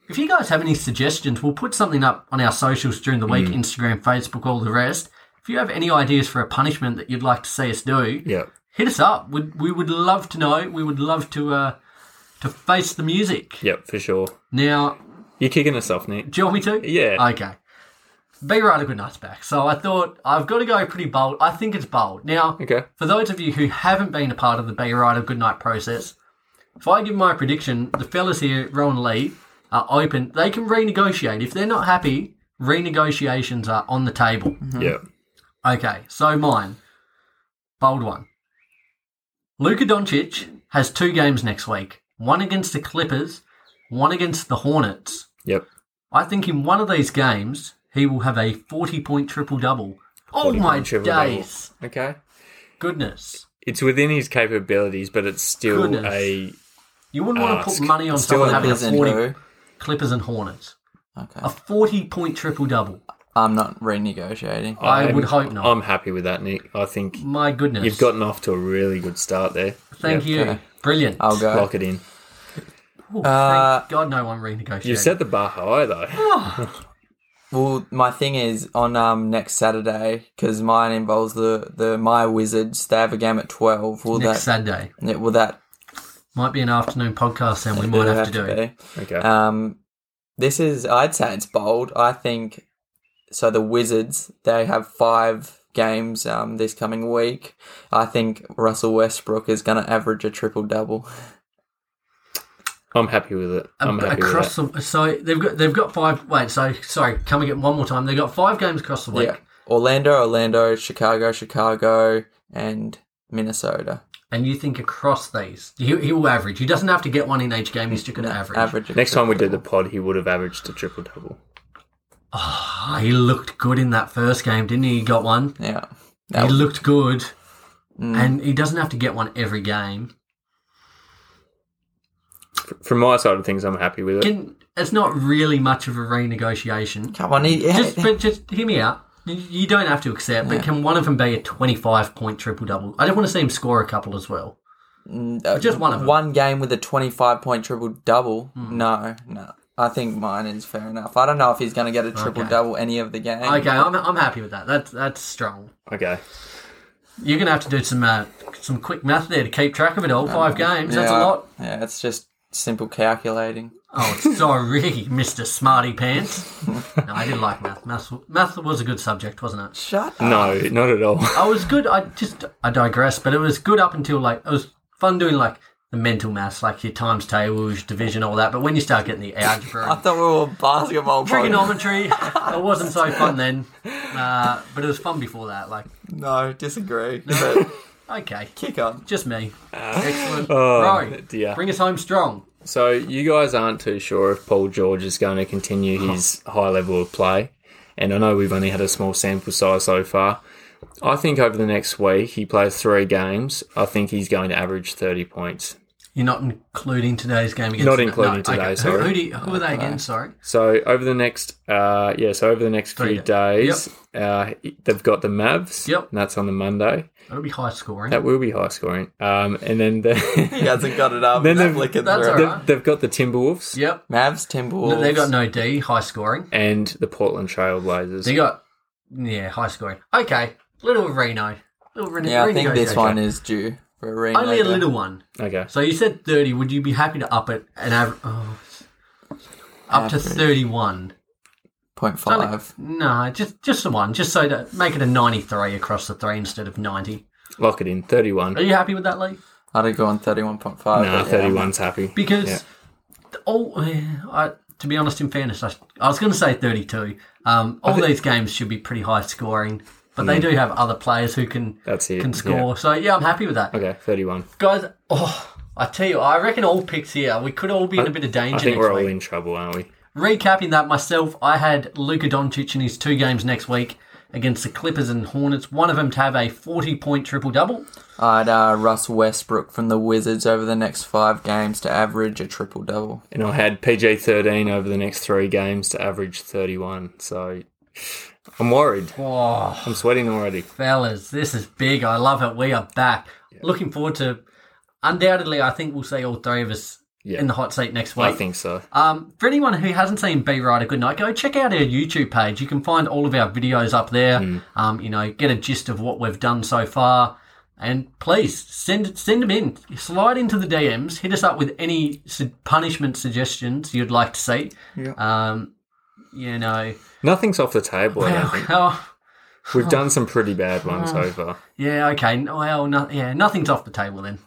B: If you guys have any suggestions, we'll put something up on our socials during the week Instagram, Facebook, all the rest. If you have any ideas for a punishment that you'd like to see us do,
D: yeah.
B: hit us up. We'd, we would love to know. We would love to uh, to face the music.
D: Yep, for sure.
B: Now,
D: You're kicking us off, Nick.
B: do you want me to?
D: Yeah.
B: Okay. Be right a good night's back. So I thought I've got to go pretty bold. I think it's bold. Now,
D: Okay.
B: for those of you who haven't been a part of the Bay Rider Goodnight process, if I give my prediction, the fellas here, Rowan Lee, are open. They can renegotiate. If they're not happy, renegotiations are on the table.
D: Yep.
B: Okay, so mine. Bold one. Luka Doncic has two games next week one against the Clippers, one against the Hornets.
D: Yep.
B: I think in one of these games, he will have a 40 point triple double. Oh my
D: triple-double.
B: days.
D: Okay.
B: Goodness.
D: It's within his capabilities, but it's still
B: Goodness.
D: a
B: You wouldn't want to
D: Ask.
B: put money on
C: Still
B: someone
C: a
B: having a
C: business
B: 40
C: who.
B: Clippers and Hornets.
C: Okay.
B: A 40 point triple double.
C: I'm not renegotiating.
B: I
D: I'm-
B: would hope not.
D: I'm happy with that, Nick. I think
B: My goodness.
D: you've gotten off to a really good start there.
B: Thank you.
C: okay.
B: Brilliant.
C: I'll go.
D: Lock it in.
B: Ooh,
C: Uh,
B: thank God no one renegotiated.
D: You've set the bar high though.
C: Well, my thing is on um next Saturday because mine involves the the my Wizards. They have a game at twelve. Will
B: Next
C: that
B: Saturday.
C: yeah, will that
B: Might be an afternoon podcast then. We might have, to do it.
C: be?
D: Okay.
C: Um, this is I'd say it's bold. I think so. The Wizards they have five games um this coming week. I think Russell Westbrook is going to average a triple [laughs] double.
D: I'm happy with it. I'm
B: A-
D: happy
B: Um, across
D: with
B: the so they've got they've got five wait so sorry come again one more time they've got five games across the week
C: Yeah, Orlando, Orlando, Chicago, Chicago, and Minnesota.
B: and you think across these he, he will average he doesn't have to get one in each game he's just going to average,
C: Average. a
D: it. Next time we do the
C: triple-double.
D: pod, he would have averaged a triple double.
B: Ah, he looked good in that first game didn't he he got one
C: yeah.
B: he
C: That- Mm.
B: looked good, and he doesn't have to get one every game.
D: From my side of things, I'm happy with it.
B: Can, it's not really much of a renegotiation.
C: Come on, he,
B: Just, but just hear me out. You- You don't have to accept, but can one of them be a twenty-five point triple double? I don't want to see him score a couple as well.
C: Uh,
B: Just one of Hmm. 'em.
C: One game with a 25 point triple double. No, no. I think mine is fair enough. I don't know if he's going to get a triple double any of the game.
B: Okay, I'm, I'm happy with that. That's that's strong.
D: okay.
B: You're gonna have to do some uh, some quick math there to keep track of it all. Five games. That's a
C: Um, Yeah,
B: lot.
C: Yeah, it's just simple calculating.
B: Oh,
C: [laughs]
B: sorry, [laughs] Mister Smarty Pants. No, I didn't like math. Math math was a good subject, wasn't it?
C: Shut up.
D: No, not at all. [laughs]
B: I was good. I just I digress, but it was good up until like it was fun doing like the mental maths, like your times tables, division, all that. But when you start getting the
C: I
B: algebra,
C: thought we were a basketball podcast.
B: trigonometry,
D: [laughs]
B: it wasn't so fun then. Uh, but it was fun before that. Like
C: No, disagree. But
B: okay,
C: kick on.
B: just me. Excellent,
D: Oh,
B: Rory,
D: dear.
B: Bring us home strong.
D: So you guys aren't too sure if Paul George is going
B: [laughs]
D: to continue his high level of play, and I know we've only had a small sample size so far. I think over the next week he plays three games. I think he's going to average thirty points.
B: You're not including today's game against.
D: Not including
B: okay.
D: today,
B: Who-
D: sorry.
B: Who, do you- who are they again? Sorry.
D: So over the next, uh, yeah, so over the next
B: Three
D: few days, uh, they've got the Mavs.
B: Yep.
D: And that's on the Monday.
B: That'll be high scoring.
D: That will be high scoring. Um, and
B: [laughs]
D: then
C: He
D: [laughs] the,
C: hasn't got it up.
D: Then
C: Then they're
D: they've-
C: flicking
B: That's
C: through.
B: all right.
D: they've, they've got the Timberwolves
B: Yep.
C: Mavs, Timberwolves.
B: But They got no D. High scoring.
D: and the Portland Trailblazers.
B: They got yeah high scoring. Okay. Little Reno. Little Reno.
C: Yeah, I think this
B: renegotiation.
C: one is due for a ring.
B: Only a
C: later.
B: little one.
D: okay.
B: So you said thirty. Would you be happy to up it and average? Oh, up to
C: Average.
B: thirty-one.
C: point
B: Only-
C: five.
B: No, just just the one. Just so to make it a ninety-three across the three instead of ninety.
D: Lock it in. 31.
B: Are you happy with that, Lee?
C: I'd go on thirty-one point five.
D: Nah, 31's happy.
B: Because
D: Yeah.
B: all, I, to be honest, in fairness, I, I was going to say 32. Um, all these games should be pretty high scoring, but they do have other players who can
D: That's it.
B: can
D: yeah.
B: score. So yeah, I'm happy with that,
D: Okay, 31.
B: guys. Oh, I tell you, I reckon all picks here. We could all be in a bit of danger
D: I think
B: next
D: we're all
B: week.
D: in trouble, aren't we?
B: Recapping that myself, I had Luka Doncic in his two games next week against the Clippers and Hornets. One of them to have a 40 point triple double.
C: I'd uh, Russ Westbrook from the Wizards over the next five games to average a triple double.
D: And I had PJ 13 over the next three games to average 31. So I'm worried.
B: Oh,
D: I'm sweating already.
B: fellas, this is big. I love it. We are back. Looking forward to. Undoubtedly, I think we'll see all three of us
D: Yeah.
B: in the hot seat next week.
D: I think so.
B: Um, for anyone who hasn't seen Be Right a Good Night, go check out our YouTube page. You can find all of our videos up there.
D: Mm.
B: Um, you know, get a gist of what we've done so far. And please send send them in. Slide into the DMs. Hit us up with any su- punishment suggestions you'd like to see. Um, you know,
D: Nothing's off the table.
B: [laughs]
D: I don't think.
B: well,
D: We've done some pretty bad ones so far,
B: yeah, okay, well, no, yeah, nothing's off the table then.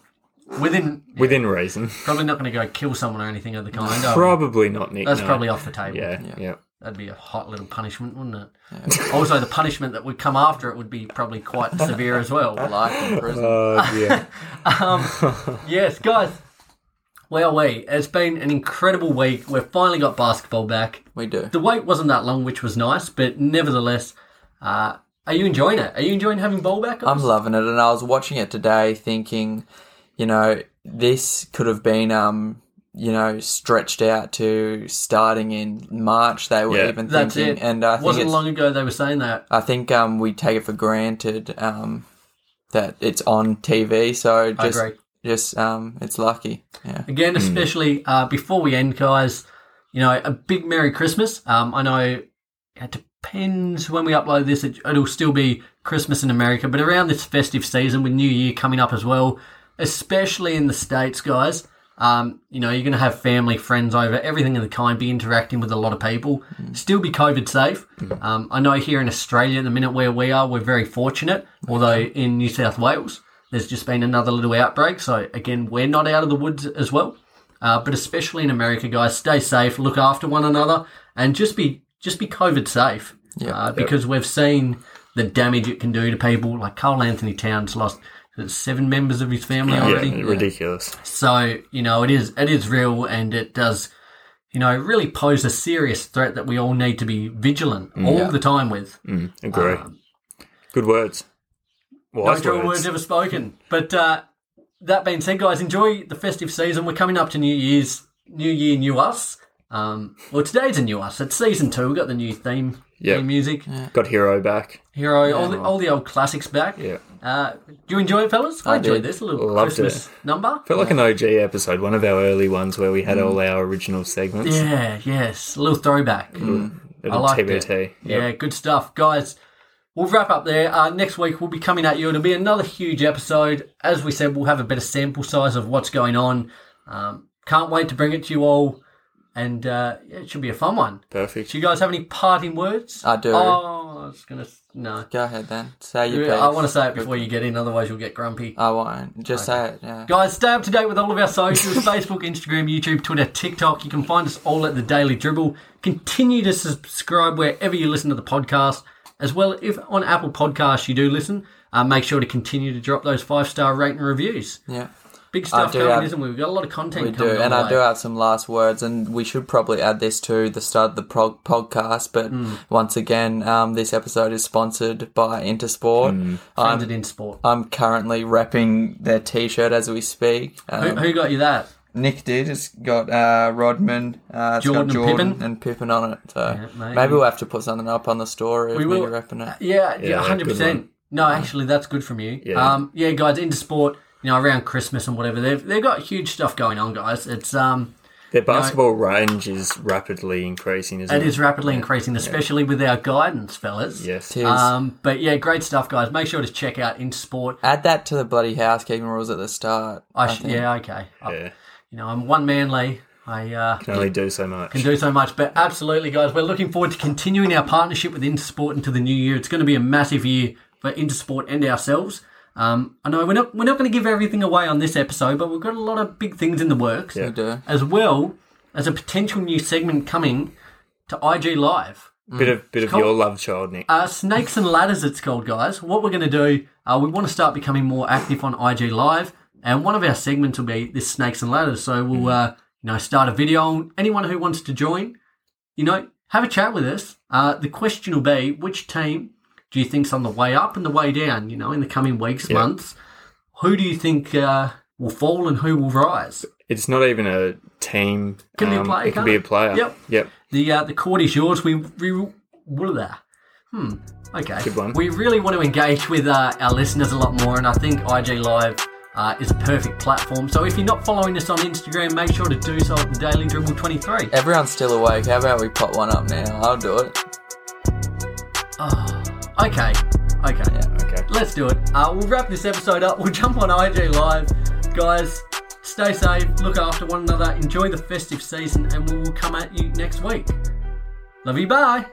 B: Within,
D: within reason.
B: probably not going to go kill someone or anything of the kind. are we?
D: Probably not Nick.
B: That's
D: no.
B: probably off the table.
D: Yeah, yeah,
B: That'd be a hot little punishment, wouldn't it? also, the punishment that would come after it would be probably quite severe as well.
C: Life in
B: [laughs]
C: prison.
D: [laughs] Uh, yeah.
B: Yes, guys. Well, we. It's been an incredible week. We've finally got basketball back.
C: we do.
B: The wait wasn't that long, which was nice, but nevertheless, uh, are you enjoying it? Are you enjoying having ball back?
C: I'm loving it, and I was watching it today, thinking, you know, this could have been, um, you know, stretched out to starting in March. They were
D: Yeah.
C: even
B: That's
C: thinking,
B: it.
C: and I think
B: wasn't
C: it's-
B: long ago they were saying that.
C: I think um, we take it for granted um, that it's on TV. So just,
B: agree.
C: just um, it's lucky. Yeah.
B: Again, especially uh, before we end, guys, you know, a big Merry Christmas. Um, I know it depends when we upload this, it, it'll still be Christmas in America, but around this festive season with New Year coming up as well, especially in the States, guys. Um, you know, you're going to have family, friends over, everything of the kind, be interacting with a lot of people, still be COVID safe. Um, I know here in Australia, at the minute where we are, we're very fortunate, although in New South Wales, there's just been another little outbreak. So, again, we're not out of the woods as well. Uh, but especially in America, guys, stay safe, look after one another, and just be just be COVID safe.
C: Yeah.
B: uh, because we've seen the damage it can do to people. Like Carl Anthony Towns lost seven members of his family
D: yeah,
B: already.
D: ridiculous.
B: So you know it is it is real, and it does you know really pose a serious threat that we all need to be vigilant all the time with.
D: Agree.
B: Uh,
D: Good words.
B: No
D: Wise
B: truer words
D: words.
B: ever spoken. But uh, that being said, guys, enjoy the festive season. We're coming up to New Year's, New Year, New Us. Um, well, today's a new us. It's season two. We've got the new theme,
D: Yeah.
B: new music,
D: Got hero back.
B: hero, all, the, all the old classics back.
D: Yeah.
B: Uh, do you enjoy it, fellas? I, enjoyed
C: did.
B: this little
D: Loved
B: Christmas number.
D: Felt like an OG episode, one of our early ones where we had all our original
B: Mm.
D: segments.
B: Yeah, yes, a little throwback.
D: Mm. Little
B: I liked it.
D: TBT. Yep.
B: Yeah, good stuff, guys. We'll wrap up there. Uh, next week we'll be coming at you. It'll be another huge episode. As we said, we'll have a better sample size of what's going on. Um, can't wait to bring it to you all, and uh, yeah, it should be a fun one.
D: Perfect.
B: Do you guys have any parting words?
C: I do.
B: Oh, I was gonna s- no.
C: Go ahead then. Say your piece.
B: I want to say it before you get in, otherwise you'll get grumpy.
C: I won't. Just say it. Yeah.
B: Guys, stay up to date with all of our socials
C: [laughs]
B: Facebook, Instagram, YouTube, Twitter, TikTok. You can find us all at The Daily Dribble. Continue to subscribe wherever you listen to the podcast. As well, if on Apple Podcasts you do listen, uh, make sure to continue to drop those five star rating reviews.
C: Yeah.
B: Big stuff
C: do
B: coming,
C: have-
B: isn't we? We've got a lot of content
C: We
B: coming
C: do, and
B: our
C: I do
B: way.
C: have some last words, and we should probably add this to the start of the prog- podcast. But
B: Hmm.
C: once again, um, this episode is sponsored by Intersport.
B: Hmm.
C: um,
B: Friends at in sport.
C: I'm currently repping their T-shirt as we speak.
B: who,
C: Um,
B: who got you that?
C: Nick did. It's got uh, Rodman, uh, it's
B: Jordan and
C: got Jordan
B: Pippen.
C: and Pippen on it. So
B: maybe.
C: maybe. we'll have to put something up on the story.
B: We
C: We
B: will. Uh,
C: will repping it.
B: Yeah,
D: good
B: yeah, hundred percent.
D: one.
B: No, actually, that's good from you.
D: Yeah.
B: Um, yeah, guys, into sport. You know, around Christmas and whatever, they've they've got huge stuff going on, guys. It's um,
D: Their basketball range is rapidly increasing, isn't
B: it
D: it?
B: is rapidly increasing, especially with our guidance, fellas.
D: Yes.
C: Cheers.
B: Um, but yeah, great stuff, guys. Make sure to check out into sport.
C: Add that to the bloody housekeeping rules at the start.
B: I sh- yeah, okay. I-
D: Yeah.
B: you know, I'm one manly. I uh,
D: Can only do so much.
B: can do so much. But absolutely, guys, we're looking forward to continuing our partnership with Intersport into the new year. It's going to be a massive year for Intersport and ourselves. Um, I know we're not we're not going to give everything away on this episode, but we've got a lot of big things in the works,
C: We do.
B: as well as a potential new segment coming to IG Live.
D: Bit
B: Mm.
D: of bit of your love child, Nick.
B: Uh, snakes and ladders, it's called, guys. What we're going to do, uh, we want to start becoming more active on IG Live, and one of our segments will be this snakes and ladders. So we'll, uh, you know, start a video. on Anyone who wants to join, you know, have a chat with us. Uh, the question will be, which team do you think's on the way up and the way down? You know, in the coming weeks, months, who do you think uh, will fall and who will rise?
D: It's not even a team. um,
B: Can be a player,
D: It can
B: can't
D: be a
B: it?
D: player.
B: Yep.
D: Yep.
B: The uh, the court is yours. We we what are that? Hmm. Okay.
D: Good one.
B: We really want to engage with uh, our listeners a lot more, and I think IG Live uh, is a perfect platform. So if you're not following us on Instagram, make sure to do so at the Daily Dribble 23.
C: Everyone's still awake. How about we pop one up now? I'll do it.
B: Okay. Okay.
D: Okay.
B: Let's do it. Uh, we'll wrap this episode up. We'll jump on IG Live, guys. Stay safe. Look after one another. Enjoy the festive season, and we will come at you next week. Love you. Bye.